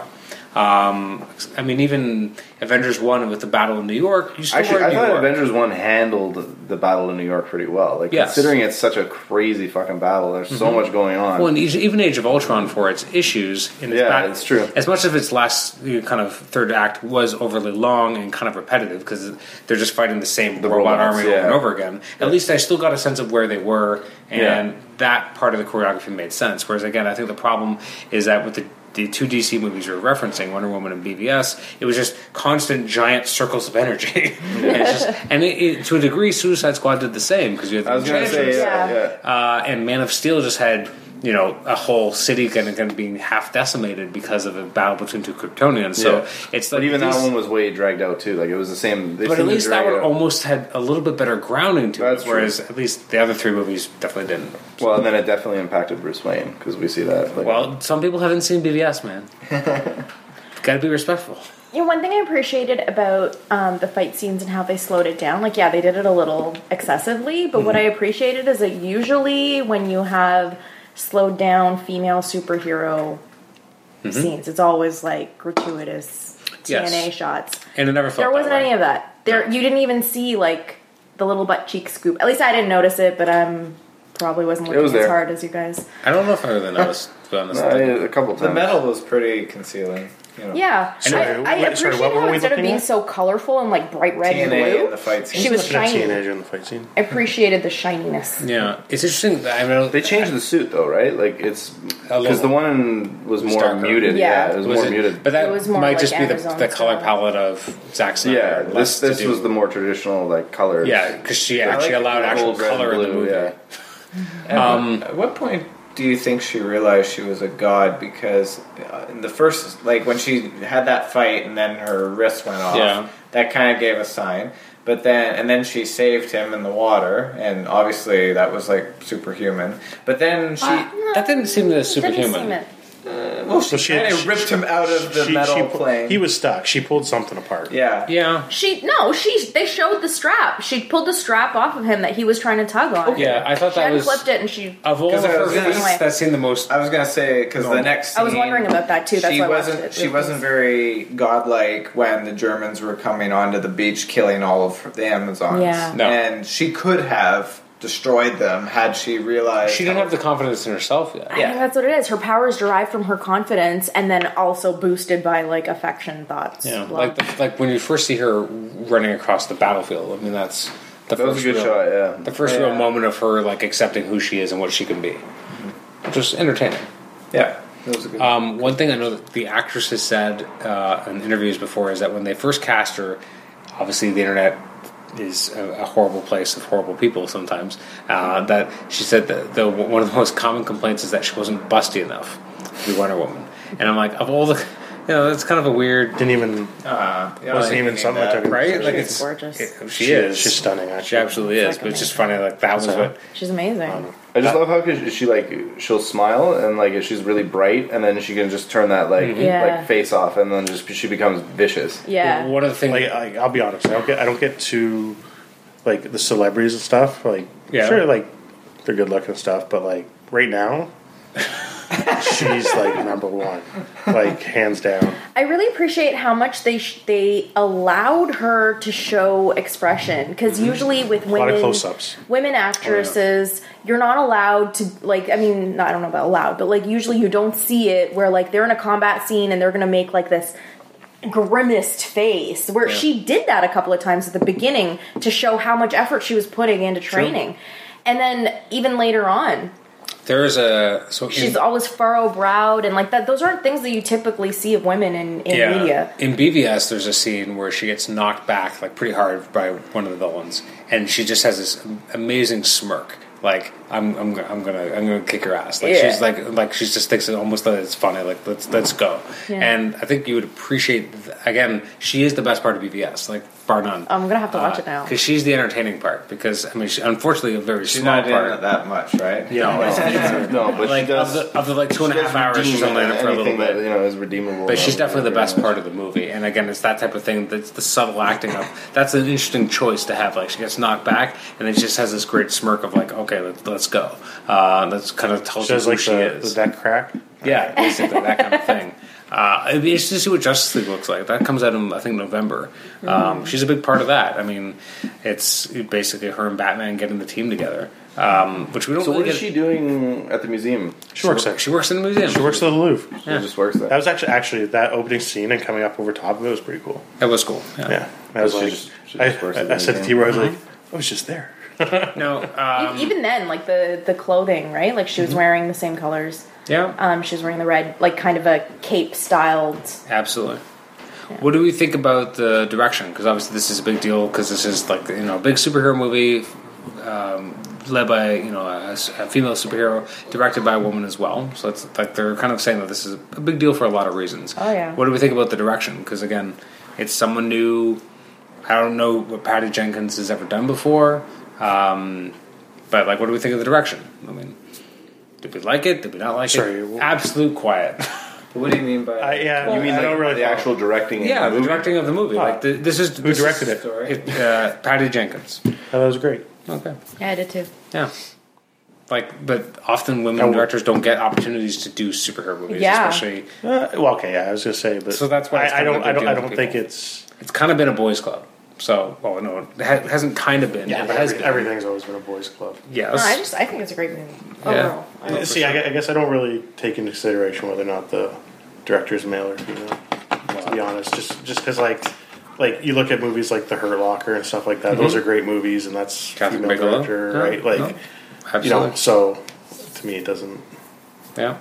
Speaker 1: Um, I mean, even Avengers One with the battle in New York, you still
Speaker 6: Actually,
Speaker 1: were in
Speaker 6: I
Speaker 1: New
Speaker 6: thought
Speaker 1: York.
Speaker 6: Avengers One handled the battle in New York pretty well. Like
Speaker 1: Yes. Mm-hmm.
Speaker 6: considering it's such a crazy fucking battle, there's so much going on.
Speaker 1: Well, and each- even Age of Ultron for its issues, and its
Speaker 6: Yeah,
Speaker 1: back-
Speaker 6: it's true.
Speaker 1: As much of its last you know, kind of third act was overly long and kind of repetitive because they're just fighting the same
Speaker 6: The
Speaker 1: robot
Speaker 6: robots,
Speaker 1: army over
Speaker 6: yeah.
Speaker 1: and over again. At least I still got a sense of where they were, and
Speaker 6: Yeah.
Speaker 1: that part of the choreography made sense. Whereas again, I think the problem is that with the the two DC movies you're referencing, Wonder Woman and BVS, it was just constant giant circles of energy, and, it's just, and it, it, to a degree, Suicide Squad did the same because you had the
Speaker 6: I was gonna say,
Speaker 1: Enchantress
Speaker 6: yeah,
Speaker 8: Yeah.
Speaker 1: uh,
Speaker 6: yeah.
Speaker 1: and Man of Steel just had you know a whole city kind of, kind of being half decimated because of a battle between two Kryptonians. So
Speaker 6: Yeah.
Speaker 1: it's like
Speaker 6: But even
Speaker 1: these-
Speaker 6: that one was way dragged out too. Like it was the same. They
Speaker 1: But at
Speaker 6: seemed to
Speaker 1: least that
Speaker 6: drag
Speaker 1: one
Speaker 6: it out.
Speaker 1: almost had a little bit better grounding to
Speaker 6: That's
Speaker 1: it,
Speaker 6: true.
Speaker 1: whereas at least the other three movies definitely didn't.
Speaker 6: Well, and then it definitely impacted Bruce Wayne because we see that. Like,
Speaker 1: Well, some people haven't seen BVS, man. Got to be respectful.
Speaker 8: You know, one thing I appreciated about um, the fight scenes and how they slowed it down, like, yeah, they did it a little excessively, but what I
Speaker 1: Mm-hmm.
Speaker 8: appreciated is that usually when you have slowed down female superhero scenes, it's always like gratuitous
Speaker 1: Mm-hmm. Yes.
Speaker 8: TNA shots.
Speaker 1: And it never felt.
Speaker 8: There wasn't
Speaker 1: that way.
Speaker 8: any of that. There, you didn't even see like the little butt cheek scoop. At least I didn't notice it, but I'm probably wasn't looking
Speaker 6: was
Speaker 8: as
Speaker 6: there.
Speaker 8: hard as you guys.
Speaker 1: I don't know if I really noticed. To be honest,
Speaker 6: I- uh, a couple times.
Speaker 4: The metal was pretty concealing. You know.
Speaker 8: Yeah,
Speaker 2: Sorry,
Speaker 8: I, I
Speaker 2: what- sorry,
Speaker 8: appreciate
Speaker 2: what were
Speaker 8: how
Speaker 2: we
Speaker 8: instead of
Speaker 2: looking
Speaker 8: being
Speaker 2: at?
Speaker 8: so colorful and like bright red and
Speaker 4: TNA
Speaker 8: blue,
Speaker 4: in the fight scene.
Speaker 8: she was
Speaker 2: Looking at
Speaker 8: shiny.
Speaker 2: teenager in the fight scene.
Speaker 8: I appreciated the shininess.
Speaker 1: yeah, it's interesting. that I mean,
Speaker 6: They changed the suit though, right? Like
Speaker 1: A
Speaker 6: it's
Speaker 1: little.
Speaker 6: because the one was more
Speaker 1: darker.
Speaker 6: muted.
Speaker 8: Yeah.
Speaker 6: Yeah, it was,
Speaker 1: Was
Speaker 6: more
Speaker 1: it-
Speaker 6: muted.
Speaker 1: but that
Speaker 8: It was more
Speaker 1: might
Speaker 8: like
Speaker 1: just be the,
Speaker 8: Amazon
Speaker 1: the color
Speaker 8: style.
Speaker 1: palette of Zack Snyder.
Speaker 6: yeah,
Speaker 1: less
Speaker 6: this
Speaker 1: to
Speaker 6: this
Speaker 1: do-
Speaker 6: was the more traditional like color.
Speaker 1: Yeah, because she
Speaker 4: like
Speaker 1: actually allowed
Speaker 6: the
Speaker 1: actual
Speaker 6: gold, red,
Speaker 1: color in the
Speaker 6: blue,
Speaker 1: movie.
Speaker 6: yeah.
Speaker 4: At, what, at what point do you think she realized she was a god? Because uh, in the first, like when she had that fight and then her wrist went off,
Speaker 1: Yeah.
Speaker 4: that kind of gave a sign. But then, and then she saved him in the water, and obviously that was like superhuman. But then she,
Speaker 1: That didn't seem to
Speaker 8: Didn't
Speaker 1: superhuman.
Speaker 8: seem it.
Speaker 4: well, she,
Speaker 2: So she-
Speaker 4: kind of
Speaker 2: she-
Speaker 4: ripped him out of the
Speaker 2: She-
Speaker 4: metal
Speaker 2: she pu-
Speaker 4: plane.
Speaker 2: He was stuck. She pulled something apart.
Speaker 4: yeah,
Speaker 1: Yeah,
Speaker 8: She no, she they showed the strap. She pulled the strap off of him that he was trying to tug on.
Speaker 1: yeah. I thought
Speaker 8: she
Speaker 1: that was
Speaker 8: unclipped it and she.
Speaker 1: of all the
Speaker 4: 'Cause I
Speaker 1: her
Speaker 4: was gonna
Speaker 1: feats
Speaker 8: say-
Speaker 1: that seemed the most.
Speaker 4: I was gonna say because the next
Speaker 8: I was
Speaker 4: scene,
Speaker 8: wondering about that, too. That's
Speaker 4: she
Speaker 8: why I watched
Speaker 4: wasn't
Speaker 8: it.
Speaker 4: she wasn't very godlike when the Germans were coming onto the beach, killing all of the Amazons.
Speaker 8: Yeah.
Speaker 1: No.
Speaker 4: and she could have destroyed them had she realized
Speaker 1: She didn't have the confidence in herself yet.
Speaker 8: I think that's what it is. Her powers derived from her confidence, and then also boosted by like affection thoughts.
Speaker 1: Yeah,
Speaker 8: love.
Speaker 1: like the, like when you first see her running across the battlefield. I mean, that's the
Speaker 6: That
Speaker 1: first
Speaker 6: was a good
Speaker 1: real,
Speaker 6: shot. Yeah,
Speaker 1: The first real moment of her like accepting who she is and what she can be, which was entertaining.
Speaker 4: Yeah, that was a good.
Speaker 1: Um, one thing I know that the actress has said uh, in interviews before is that when they first cast her, obviously the internet is a, a horrible place of horrible people sometimes. Uh, that she said that the, one of the most common complaints is that she wasn't busty enough to be Wonder Woman, and I'm like, of all the, you know, that's kind of a weird,
Speaker 2: Didn't even
Speaker 4: uh, yeah, I
Speaker 2: wasn't even
Speaker 4: thinking
Speaker 2: something I
Speaker 4: that.
Speaker 2: took into
Speaker 1: right? Like
Speaker 2: consideration.
Speaker 1: it's
Speaker 8: gorgeous.
Speaker 1: it- she,
Speaker 2: She
Speaker 1: is,
Speaker 2: She's stunning. Actually,
Speaker 1: She absolutely is,
Speaker 8: like
Speaker 1: but it's just funny. Like that was what.
Speaker 8: She's
Speaker 1: Um,
Speaker 8: amazing.
Speaker 6: I just love how 'cause she like she'll smile and like she's really bright, and then she can just turn that like
Speaker 1: Mm-hmm.
Speaker 8: Yeah.
Speaker 6: like face off, and then just she becomes vicious.
Speaker 8: Yeah.
Speaker 1: One of the things
Speaker 2: like I, I'll be honest, I don't get I don't get too like the celebrities and stuff. Like
Speaker 1: Yeah.
Speaker 2: sure, like they're good looking and stuff, but like right now, she's like number one, like hands down.
Speaker 8: I really appreciate how much they sh- they allowed her to show expression because usually with
Speaker 2: Mm-hmm. lot
Speaker 8: women,
Speaker 2: of close-ups. Oh,
Speaker 8: women actresses, you're not allowed to like. I mean, not, I don't know about allowed, but like usually you don't see it where like they're in a combat scene and they're gonna make like this grimaced face where she did that a couple of times at the beginning to show how much effort she was putting into training, and then even later on.
Speaker 1: There's a so in-
Speaker 2: Mm.
Speaker 8: She's always furrow browed and like that. Those aren't things that you typically see of women in, in media.
Speaker 1: In BVS, there's a scene where she gets knocked back like pretty hard by one of the villains, and she just has this amazing smirk. Like I'm, I'm, go- I'm gonna, I'm gonna kick her ass. Like
Speaker 8: Yeah.
Speaker 1: she's like, like she just thinks it almost that it's funny. Like let's, let's go. And I think you would appreciate. th- Again, she is the best part of BVS, like bar none.
Speaker 8: I'm gonna have to
Speaker 1: Uh,
Speaker 8: watch it now.
Speaker 1: because she's the entertaining part. Because I mean, she, unfortunately, a very
Speaker 4: She's
Speaker 1: small
Speaker 4: not in
Speaker 1: part.
Speaker 4: it that much, right?
Speaker 1: Yeah,
Speaker 6: no, but
Speaker 1: like
Speaker 6: she does.
Speaker 1: of the, of the like two and a half hours, she's only in it for a little
Speaker 6: anything
Speaker 1: bit.
Speaker 6: That, you know, is redeemable.
Speaker 1: But she's
Speaker 6: about
Speaker 1: definitely the
Speaker 6: her,
Speaker 1: best
Speaker 6: you know.
Speaker 1: part of the movie, and again, it's that type of thing. That's the subtle acting of. That's an interesting choice to have. Like she gets knocked back, and then she just has this great smirk of like, "Okay, let's, let's go." Uh, that's kind of tells
Speaker 2: She
Speaker 1: you
Speaker 2: has
Speaker 1: who
Speaker 2: like
Speaker 1: she
Speaker 2: the, the
Speaker 1: is.
Speaker 2: deck crack.
Speaker 1: yeah, basically that kind of thing. Uh, it'd be interesting to see what Justice League looks like. That comes out in I think November. Um, she's a big part of that. I mean, it's basically her and Batman getting the team together, um, which we don't.
Speaker 6: So
Speaker 1: really
Speaker 6: what is
Speaker 1: get-
Speaker 6: she doing at the museum?
Speaker 2: She works there.
Speaker 1: She works in the museum.
Speaker 2: She works at the Louvre.
Speaker 6: She just works there.
Speaker 2: That was actually actually that opening scene and coming up over top of it was pretty cool.
Speaker 1: That was cool.
Speaker 2: Yeah, I was
Speaker 6: She
Speaker 2: like,
Speaker 6: just- she
Speaker 2: I,
Speaker 6: just works
Speaker 2: I,
Speaker 6: at the
Speaker 2: I said to
Speaker 6: museum.
Speaker 2: T. Roy, I was like, I was just there.
Speaker 1: No.
Speaker 8: E-
Speaker 1: Um, Mm-hmm.
Speaker 8: Even then, like the the clothing, right? Like she was wearing the same colors.
Speaker 1: yeah.
Speaker 8: Um, she was wearing the red, like kind of a cape styled.
Speaker 1: Absolutely. What do we think about the direction? Because obviously this is a big deal. Because this is like you know a big superhero movie, um, led by you know a, s- a female superhero, directed by a woman as well. So it's like they're kind of saying that this is a big deal for a lot of reasons.
Speaker 8: Oh, yeah.
Speaker 1: What do we think about the direction? Because again, it's someone new. I don't know what Patty Jenkins has ever done before. Um, but like, what do we think of the direction? I mean, did we like it? Did we not like
Speaker 2: Sorry,
Speaker 1: it?
Speaker 2: wh-
Speaker 1: Absolute quiet.
Speaker 4: What do you mean by
Speaker 2: I, Uh, yeah,
Speaker 6: You mean
Speaker 2: I
Speaker 6: like
Speaker 2: don't really
Speaker 6: the
Speaker 2: follow.
Speaker 6: actual directing? in
Speaker 1: Yeah, the
Speaker 6: the movie?
Speaker 1: directing of the movie. Like th- this is
Speaker 2: Who directed it?
Speaker 4: Story.
Speaker 1: it? Uh, Patty Jenkins.
Speaker 2: Oh, that was great.
Speaker 1: Okay.
Speaker 3: Yeah, I did too.
Speaker 1: Yeah. Like, but often women
Speaker 2: Oh.
Speaker 1: directors don't get opportunities to do superhero movies,
Speaker 8: Yeah.
Speaker 1: especially.
Speaker 2: Uh, well, okay, yeah, I was gonna say, but
Speaker 1: So that's why it's
Speaker 2: I, I
Speaker 1: kind of
Speaker 2: don't,
Speaker 1: a
Speaker 2: I
Speaker 1: good
Speaker 2: don't, I
Speaker 1: deal
Speaker 2: don't
Speaker 1: for
Speaker 2: think
Speaker 1: people.
Speaker 2: it's
Speaker 1: It's kind of been a boys' club. So, well, no, it ha- hasn't kind of been.
Speaker 2: yeah,
Speaker 1: it has been.
Speaker 2: everything's always been a boys' club.
Speaker 1: Yes.
Speaker 3: No, I just I think it's a great movie
Speaker 1: Yeah.
Speaker 3: overall.
Speaker 1: Oh,
Speaker 2: See, I, gue- I guess I don't really take into consideration whether or not the director is male or female. To be honest, just just because like like you look at movies like The Hurt Locker and stuff like that, those are great movies, and that's
Speaker 1: Mm-hmm. Catherine
Speaker 2: female
Speaker 1: Bigelow?
Speaker 2: director,
Speaker 1: Yeah,
Speaker 2: right? Like
Speaker 1: no,
Speaker 2: you
Speaker 1: Absolutely.
Speaker 2: know, so to me it doesn't.
Speaker 1: yeah.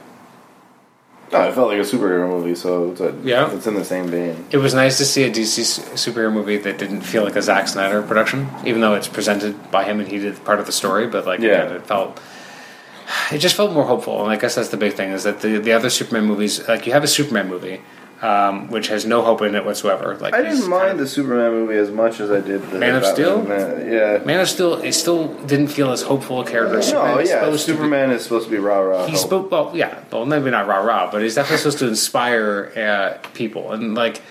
Speaker 6: No, it felt like a superhero movie, so it's, a,
Speaker 1: Yeah.
Speaker 6: it's in the same vein.
Speaker 1: It was nice to see a DC s- superhero movie that didn't feel like a Zack Snyder production, even though it's presented by him and he did part of the story. But like,
Speaker 6: Yeah.
Speaker 1: again, it felt it just felt more hopeful. And I guess that's the big thing is that the the other Superman movies, like you have a Superman movie, um, which has no hope in it whatsoever. Like
Speaker 6: I
Speaker 1: he's
Speaker 6: didn't
Speaker 1: kind of-
Speaker 6: mind the Superman movie as much as I did the
Speaker 1: Man of
Speaker 6: Batman
Speaker 1: Steel?
Speaker 6: Man- yeah.
Speaker 1: Man of Steel, it still didn't feel as hopeful a character. as
Speaker 6: no,
Speaker 1: Superman is
Speaker 6: Oh, yeah.
Speaker 1: supposed to be.
Speaker 6: Superman is supposed to be rah rah.
Speaker 1: He spoke well, yeah. Well, maybe not rah rah, but he's definitely supposed to inspire uh, people. And like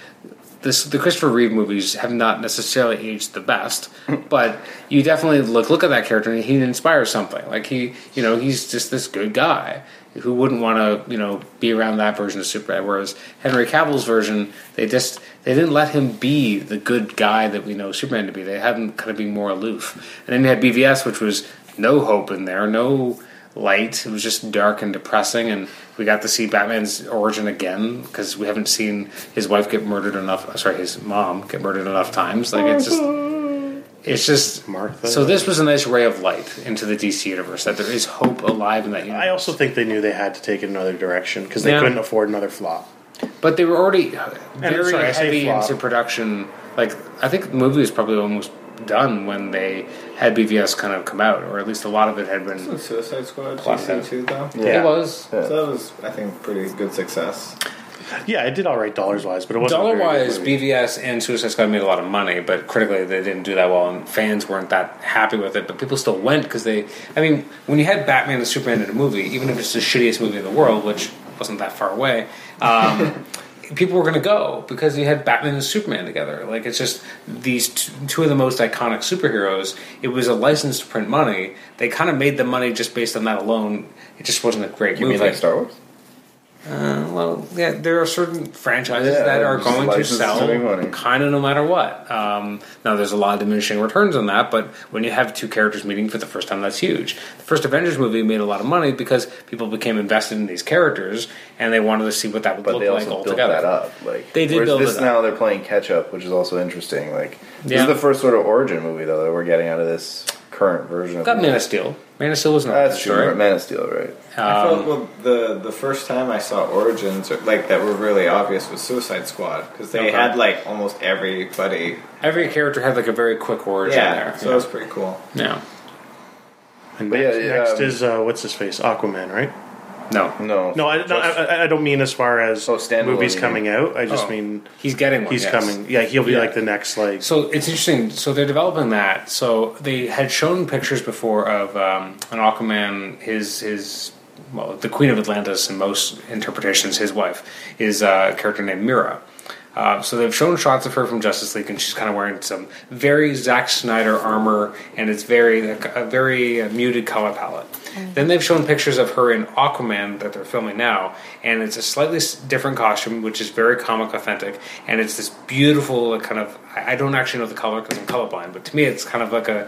Speaker 1: this, the Christopher Reeve movies have not necessarily aged the best, but you definitely look look at that character and he inspires something. Like he, you know, he's just this good guy who wouldn't want to, you know, be around that version of Superman. Whereas Henry Cavill's version, they just they didn't let him be the good guy that we know Superman to be. They had him kind of be more aloof. And then you had BVS, which was no hope in there, no light. It was just dark and depressing, and we got to see Batman's origin again because we haven't seen his wife get murdered enough. uh, Sorry, his mom get murdered enough times. Like it's just, it's just.
Speaker 2: Martha.
Speaker 1: So this was a nice ray of light into the DC universe that there is hope alive in that universe.
Speaker 2: I also think they knew they had to take it another direction because they
Speaker 1: Yeah.
Speaker 2: couldn't afford another flop.
Speaker 1: but they were already very
Speaker 2: sorry, I
Speaker 1: heavy
Speaker 2: flop.
Speaker 1: into production. Like I think the movie was probably almost done when they had BVS kind of come out, or at least a lot of it had been.
Speaker 4: Suicide Squad
Speaker 1: Plus that.
Speaker 4: GC two though.
Speaker 1: It was
Speaker 4: So that was, I think, pretty good success.
Speaker 2: Yeah, it did all right dollars wise, but it wasn't a
Speaker 1: Dollar
Speaker 2: very good
Speaker 1: wise,
Speaker 2: movie.
Speaker 1: BVS and Suicide Squad made a lot of money, but critically they didn't do that well, and fans weren't that happy with it. But people still went because they. I mean, when you had Batman and Superman in a movie, even if it's the shittiest movie in the world, which wasn't that far away, um, people were going to go because you had Batman and Superman together. Like it's just these t- two of the most iconic superheroes. It was a license to print money. They kind of made the money just based on that alone. It just wasn't a great
Speaker 6: You
Speaker 1: movie.
Speaker 6: mean like Star Wars?
Speaker 1: Uh, well, yeah, there are certain franchises
Speaker 6: Yeah,
Speaker 1: that are
Speaker 6: just
Speaker 1: going to
Speaker 6: license
Speaker 1: sell
Speaker 6: to make money.
Speaker 1: kind of no matter what. Um, now, there's a lot of diminishing returns on that, but when you have two characters meeting for the first time, that's huge. The first Avengers movie made a lot of money because people became invested in these characters and they wanted to see what that would
Speaker 6: But
Speaker 1: look
Speaker 6: they
Speaker 1: like
Speaker 6: also built
Speaker 1: altogether.
Speaker 6: that up. Like
Speaker 1: They did
Speaker 6: whereas
Speaker 1: build
Speaker 6: this
Speaker 1: it up.
Speaker 6: now they're playing catch up, which is also interesting. Like this
Speaker 1: Yeah.
Speaker 6: is the first sort of origin movie though that we're getting out of this current version. Of
Speaker 1: Got
Speaker 6: the-
Speaker 1: Man of Steel. Man of Steel was an
Speaker 6: That's true.
Speaker 1: story.
Speaker 6: Man of Steel, right?
Speaker 1: Um,
Speaker 4: I felt well the the first time I saw origins or, like that were really obvious was Suicide Squad because they
Speaker 1: Okay.
Speaker 4: had like almost everybody.
Speaker 1: Every character had like a very quick origin
Speaker 4: Yeah,
Speaker 1: there.
Speaker 4: so it was pretty cool.
Speaker 1: yeah.
Speaker 2: And
Speaker 6: But
Speaker 2: next,
Speaker 6: yeah,
Speaker 2: next
Speaker 6: um,
Speaker 2: is uh, what's his face? Aquaman, right?
Speaker 1: No.
Speaker 6: No,
Speaker 2: No, I, no, I, I- I don't mean as far as
Speaker 6: Oh, standalone,
Speaker 2: movies
Speaker 6: you
Speaker 2: coming out. I just
Speaker 1: Oh.
Speaker 2: mean
Speaker 1: He's getting one.
Speaker 2: he's
Speaker 1: yes.
Speaker 2: coming. Yeah, he'll be
Speaker 1: Yeah.
Speaker 2: like the next like.
Speaker 1: So it's interesting. So they're developing that. So they had shown pictures before of um, an Aquaman. His his well, the Queen of Atlantis in most interpretations, his wife is uh, a character named Mira. Uh, so they've shown shots of her from Justice League, and she's kind of wearing some very Zack Snyder armor, and it's very a very muted color palette.
Speaker 3: Mm.
Speaker 1: Then they've shown pictures of her in Aquaman that they're filming now, and it's a slightly s- different costume, which is very comic authentic, and it's this beautiful like, kind of. I I don't actually know the color because I'm colorblind, but to me, it's kind of like a.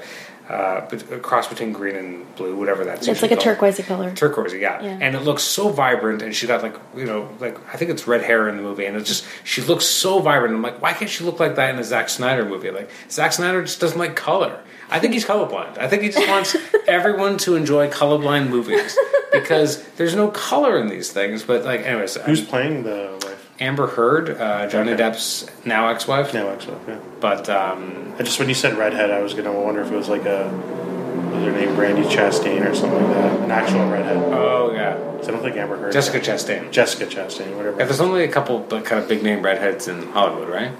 Speaker 1: Uh, bet- a cross between green and blue, whatever that's.
Speaker 3: It's like a turquoisey color.
Speaker 1: Turquoise, yeah.
Speaker 3: Yeah.
Speaker 1: And it looks so vibrant, and she got like you know like I think it's red hair in the movie, and it's just she looks so vibrant. I'm like, why can't she look like that in a Zack Snyder movie? Like Zack Snyder just doesn't like color. I think he's colorblind. I think he just wants everyone to enjoy colorblind movies because there's no color in these things. But like, anyways, uh,
Speaker 2: Who's playing the wife?
Speaker 1: Amber Heard, uh, Johnny
Speaker 2: Okay.
Speaker 1: Depp's now ex-wife,
Speaker 2: No, actually, yeah.
Speaker 1: but um,
Speaker 2: I just when you said redhead, I was gonna wonder if it was like a was her name Brandy Chastain or something like that, an actual redhead.
Speaker 1: oh yeah,
Speaker 2: 'Cause I don't think Amber Heard.
Speaker 1: Jessica Chastain.
Speaker 2: Jessica Chastain, whatever.
Speaker 1: Yeah, there's only a couple like, kind of big name redheads in Hollywood, right?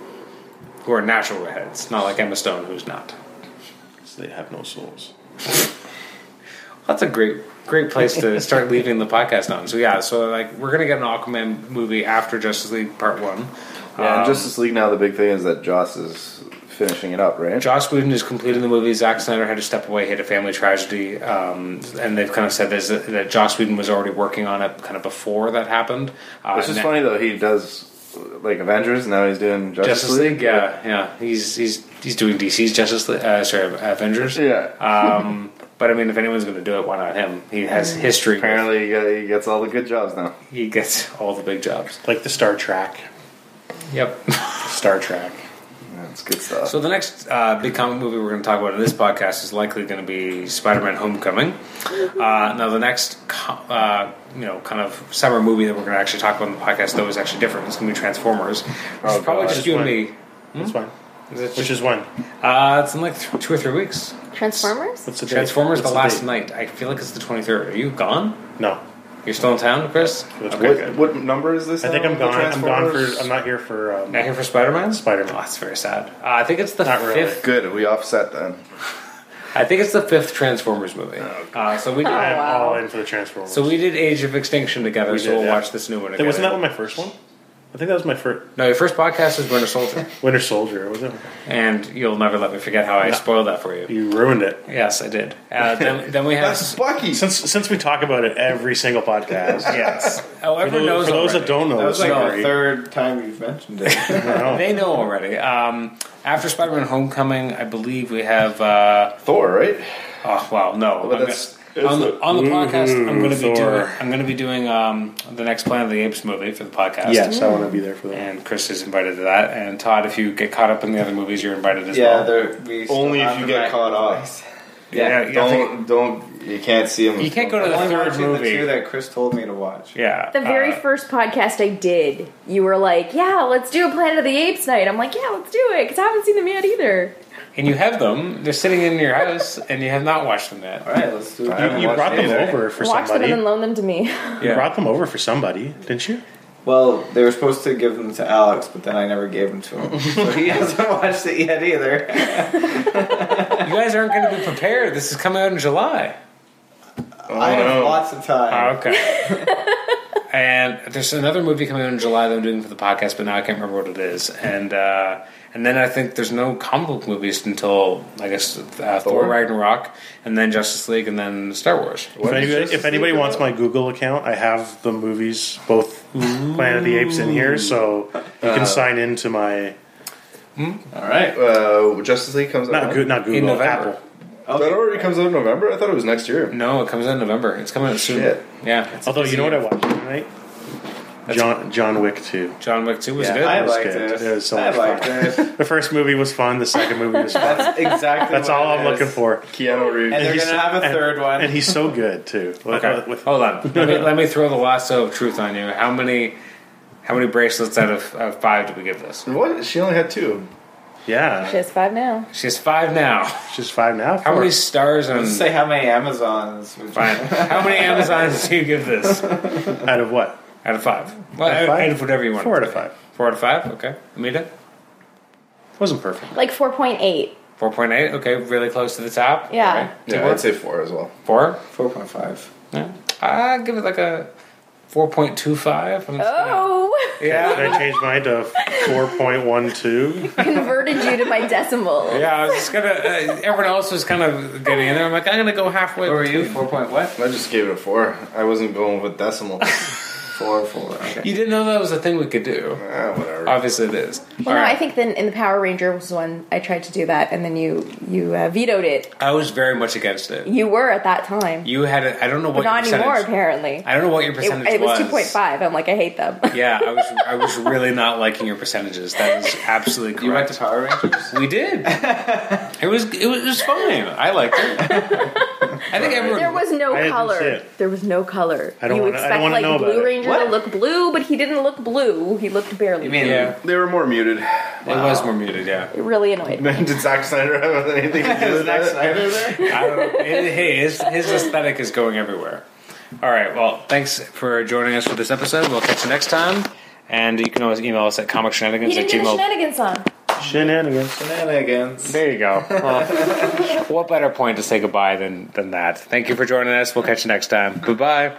Speaker 1: Who are natural redheads, not like Emma Stone, who's not.
Speaker 2: they have no souls.
Speaker 1: That's a great, great place to start leaving the podcast on. So yeah, so like we're gonna get an Aquaman movie after Justice League Part One.
Speaker 6: Yeah, and
Speaker 1: Um,
Speaker 6: Justice League now the big thing is that Joss is finishing it up, right?
Speaker 1: Joss Whedon is completing the movie. Zack Snyder had to step away. He had a family tragedy, um, and they've kind of said this, that Joss Whedon was already working on it kind of before that happened. Uh,
Speaker 6: Which is
Speaker 1: and that-
Speaker 6: funny though. He does like Avengers now. He's doing Justice,
Speaker 1: Justice League, yeah, yeah. He's he's he's doing DC's Justice League, uh, sorry, Avengers.
Speaker 6: Yeah.
Speaker 2: Ah,
Speaker 1: Um, but I mean, if anyone's going to do it, why not him? He has history. with-
Speaker 6: Apparently, he get- he gets all the good jobs now.
Speaker 1: he gets all the big jobs.
Speaker 2: Like the Star Trek,
Speaker 1: Yep.
Speaker 2: Star Trek.
Speaker 6: That's good stuff.
Speaker 1: so the next uh, big comic movie we're going to talk about in this podcast is likely going to be Spider-Man: Homecoming. Uh, now, the next, co- uh, you know, kind of summer movie that we're going to actually talk about in the podcast though is actually different. It's going to be Transformers. It's
Speaker 6: Oh,
Speaker 1: probably
Speaker 6: God.
Speaker 1: just you and me.
Speaker 2: That's
Speaker 1: Hmm?
Speaker 2: fine.
Speaker 1: Is it
Speaker 2: Which
Speaker 1: just-
Speaker 2: is when?
Speaker 1: uh, it's in like th- two or three weeks.
Speaker 8: Transformers?
Speaker 2: What's the date?
Speaker 1: Transformers:
Speaker 2: What's
Speaker 1: The Last
Speaker 2: date?
Speaker 1: Night. I feel like it's the twenty-third. Are you gone?
Speaker 2: No.
Speaker 1: You're still in town, Chris?
Speaker 2: That's
Speaker 6: what,
Speaker 2: good.
Speaker 6: what number is this?
Speaker 2: I think
Speaker 6: now?
Speaker 2: I'm
Speaker 6: The
Speaker 2: gone. I'm gone
Speaker 6: Transformers?
Speaker 2: for. I'm not here for. Um,
Speaker 1: Not here for Spider Man.
Speaker 2: Spider-Man.
Speaker 1: Oh, that's very sad. Uh, I think it's the
Speaker 2: Not really.
Speaker 1: fifth.
Speaker 6: Good. We offset then.
Speaker 1: I think it's the fifth Transformers movie.
Speaker 2: Oh,
Speaker 1: Uh, so we
Speaker 2: I
Speaker 1: did,
Speaker 2: am
Speaker 8: wow.
Speaker 2: all in for the Transformers.
Speaker 1: so we did Age of Extinction together.
Speaker 2: We
Speaker 1: so
Speaker 2: did,
Speaker 1: we'll
Speaker 2: yeah.
Speaker 1: watch this new one.
Speaker 2: Hey,
Speaker 1: Together.
Speaker 2: wasn't that one my first one? I think that was my first
Speaker 1: No, your first podcast was Winter Soldier,
Speaker 2: Winter Soldier. Was it?
Speaker 1: and you'll never let me forget how I spoiled that for you.
Speaker 2: You ruined it.
Speaker 1: Yes, I did. Uh, then, then we
Speaker 6: That's
Speaker 1: have.
Speaker 6: Bucky.
Speaker 2: Since since we talk about it every single podcast.
Speaker 1: yes. Oh,
Speaker 2: For
Speaker 1: everyone knows.
Speaker 2: those, for those that
Speaker 1: already.
Speaker 2: don't know,
Speaker 4: That was like the
Speaker 2: sorry.
Speaker 4: third time you've mentioned it.
Speaker 1: They know already. Um, after Spider Man Homecoming, I believe we have. Uh,
Speaker 6: Thor, right?
Speaker 1: oh wow, no!
Speaker 6: But
Speaker 1: I'm
Speaker 6: that's-
Speaker 1: gonna- on the, on the podcast, I'm going to be
Speaker 2: Thor.
Speaker 1: doing. I'm going to be doing um, the next Planet of the Apes movie for the podcast.
Speaker 2: yes, I want to be there for that.
Speaker 1: and Chris is invited to that. And Todd, if you get caught up in the other movies, you're invited as
Speaker 4: yeah,
Speaker 1: well.
Speaker 4: there, we still
Speaker 6: Only if
Speaker 4: have
Speaker 6: you
Speaker 4: the
Speaker 6: get
Speaker 4: back
Speaker 6: caught up.
Speaker 4: voice.
Speaker 1: Yeah, yeah, I think-
Speaker 6: Don't don't. You can't see him.
Speaker 1: you can't go to the
Speaker 4: Only
Speaker 1: third
Speaker 4: watching the
Speaker 1: movie.
Speaker 4: two that Chris told me to watch.
Speaker 1: yeah,
Speaker 8: The very
Speaker 1: uh,
Speaker 8: first podcast I did, you were like, "Yeah, let's do a Planet of the Apes night." I'm like, "Yeah, let's do it," because I haven't seen them yet either.
Speaker 1: and you have them. They're sitting in your house, and you have not watched them yet.
Speaker 4: All right, let's do
Speaker 6: I haven't
Speaker 2: You, you
Speaker 6: watched
Speaker 2: brought them
Speaker 6: either.
Speaker 2: over for
Speaker 8: Watch them
Speaker 2: somebody.
Speaker 8: and then loan them to me.
Speaker 2: You
Speaker 1: Yeah.
Speaker 2: brought them over for somebody, didn't you?
Speaker 4: Well, they were supposed to give them to Alex, but then I never gave them to him. so he hasn't watched it yet either.
Speaker 1: You guys aren't going to be prepared. This is coming out in July.
Speaker 4: I have
Speaker 6: Oh, no.
Speaker 4: lots of time.
Speaker 1: Ah, Okay. and there's another movie coming out in July that I'm doing for the podcast, but now I can't remember what it is. And uh, And then I think there's no comic book movies until I guess uh, Thor Ragnarok, and then Justice League, and then Star Wars.
Speaker 2: If anybody, if anybody wants my Google account, I have the movies, both Planet of the Apes in here, so you can sign into my
Speaker 4: All right.
Speaker 6: Uh, Justice League comes out.
Speaker 2: not Goo- not
Speaker 1: In
Speaker 2: Google
Speaker 1: November.
Speaker 2: Apple.
Speaker 6: That already comes out in November. I thought it was next year.
Speaker 1: No, it comes out in November. It's coming out soon.
Speaker 6: Shit.
Speaker 1: Yeah. It's
Speaker 2: Although you know what I
Speaker 1: busy.
Speaker 2: watched tonight? John John Wick two.
Speaker 1: John Wick Two was
Speaker 4: Yeah,
Speaker 1: good.
Speaker 4: I
Speaker 2: That was
Speaker 4: liked
Speaker 2: good.
Speaker 4: it.
Speaker 2: It was so
Speaker 4: I
Speaker 2: much
Speaker 4: liked
Speaker 2: fun.
Speaker 4: it.
Speaker 2: The first movie was fun. The second movie was fun.
Speaker 4: That's exactly.
Speaker 2: That's
Speaker 4: what
Speaker 2: all
Speaker 4: it
Speaker 2: I'm looking
Speaker 4: is.
Speaker 2: for.
Speaker 6: Keanu Reeves.
Speaker 4: And they're
Speaker 2: he's-
Speaker 4: gonna have a
Speaker 2: and-
Speaker 4: third one.
Speaker 2: And he's so good too.
Speaker 1: Okay,
Speaker 2: With- with-
Speaker 1: hold on. Let me, let me throw the lasso of truth on you. How many, how many bracelets out of, of five do we give this?
Speaker 6: What? She only had two.
Speaker 2: yeah,
Speaker 3: She has five now.
Speaker 1: She has five now.
Speaker 2: she's five now.
Speaker 1: How
Speaker 2: four.
Speaker 1: many stars on?
Speaker 4: Let's say how many Amazons would you
Speaker 1: Fine. How many Amazons do you give this
Speaker 2: out of what?
Speaker 1: out of five? Well, out
Speaker 2: Out
Speaker 1: of,
Speaker 2: of five?
Speaker 1: whatever you want.
Speaker 2: Four
Speaker 1: to
Speaker 2: out of
Speaker 1: put it.
Speaker 2: five.
Speaker 1: Four out of five. Okay, Amita.
Speaker 2: Wasn't perfect.
Speaker 8: Like 4.8.
Speaker 1: Four point eight. Okay, really close to the top.
Speaker 8: Yeah.
Speaker 1: Okay.
Speaker 6: Yeah, I'd say four as well.
Speaker 1: Four.
Speaker 4: Four point five.
Speaker 1: Yeah. I give it like a four point two five.
Speaker 8: Oh,
Speaker 1: Yeah.
Speaker 2: Did I change mine to four point one two?
Speaker 8: converted you to my decimal.
Speaker 1: Yeah, I was just gonna. Uh, everyone else was kind of getting in there. I'm like, I'm gonna go halfway.
Speaker 4: What were you? Four point what?
Speaker 6: I just gave it a four. I wasn't going with decimal.
Speaker 4: Four four. Okay.
Speaker 1: You didn't know that was a thing we could do.
Speaker 6: ah, whatever.
Speaker 1: Obviously, it is.
Speaker 8: Well, no,
Speaker 1: All
Speaker 8: I
Speaker 1: right.
Speaker 8: think then in the Power Ranger was one I tried to do that, and then you you uh, vetoed it.
Speaker 1: I was very much against it.
Speaker 8: You were at that time,
Speaker 1: You had. A, I don't know
Speaker 8: but
Speaker 1: what your
Speaker 8: not
Speaker 1: percentage.
Speaker 8: anymore. Apparently,
Speaker 1: I don't know what your
Speaker 8: it,
Speaker 1: percentage
Speaker 8: it was two point five. I'm like, I hate them.
Speaker 1: Yeah, I was. I was really not liking your percentages. That is absolutely correct.
Speaker 4: You went to Power Rangers.
Speaker 1: we did. It was. It was, it was fine. I liked it. I think everyone.
Speaker 8: There was no
Speaker 2: I didn't see
Speaker 8: color.
Speaker 2: it.
Speaker 8: There was no color.
Speaker 2: I don't
Speaker 8: you
Speaker 2: wanna- I
Speaker 8: expect
Speaker 2: don't wanna
Speaker 8: like
Speaker 2: know about
Speaker 8: Blue
Speaker 2: it.
Speaker 8: Ranger
Speaker 4: What?
Speaker 8: to look blue, but he didn't look blue. He looked barely.
Speaker 4: You mean
Speaker 1: yeah,
Speaker 6: They were more muted.
Speaker 1: it was more muted. Yeah,
Speaker 8: It really annoyed me.
Speaker 6: Did Zack Snyder have anything to do with
Speaker 4: Zack
Speaker 6: that?
Speaker 4: Snyder there?
Speaker 1: I don't know. It- hey, his, his aesthetic is going everywhere. All right. Well, thanks for joining us for this episode. We'll catch you next time. And you can always email us at comicshenanigans
Speaker 8: He didn't
Speaker 1: at
Speaker 8: do the
Speaker 1: gmail.
Speaker 8: shenanigans song.
Speaker 2: Shenanigans.
Speaker 4: Shenanigans.
Speaker 1: There you go. Well, what better point to say goodbye than than that? Thank you for joining us. We'll catch you next time. Goodbye.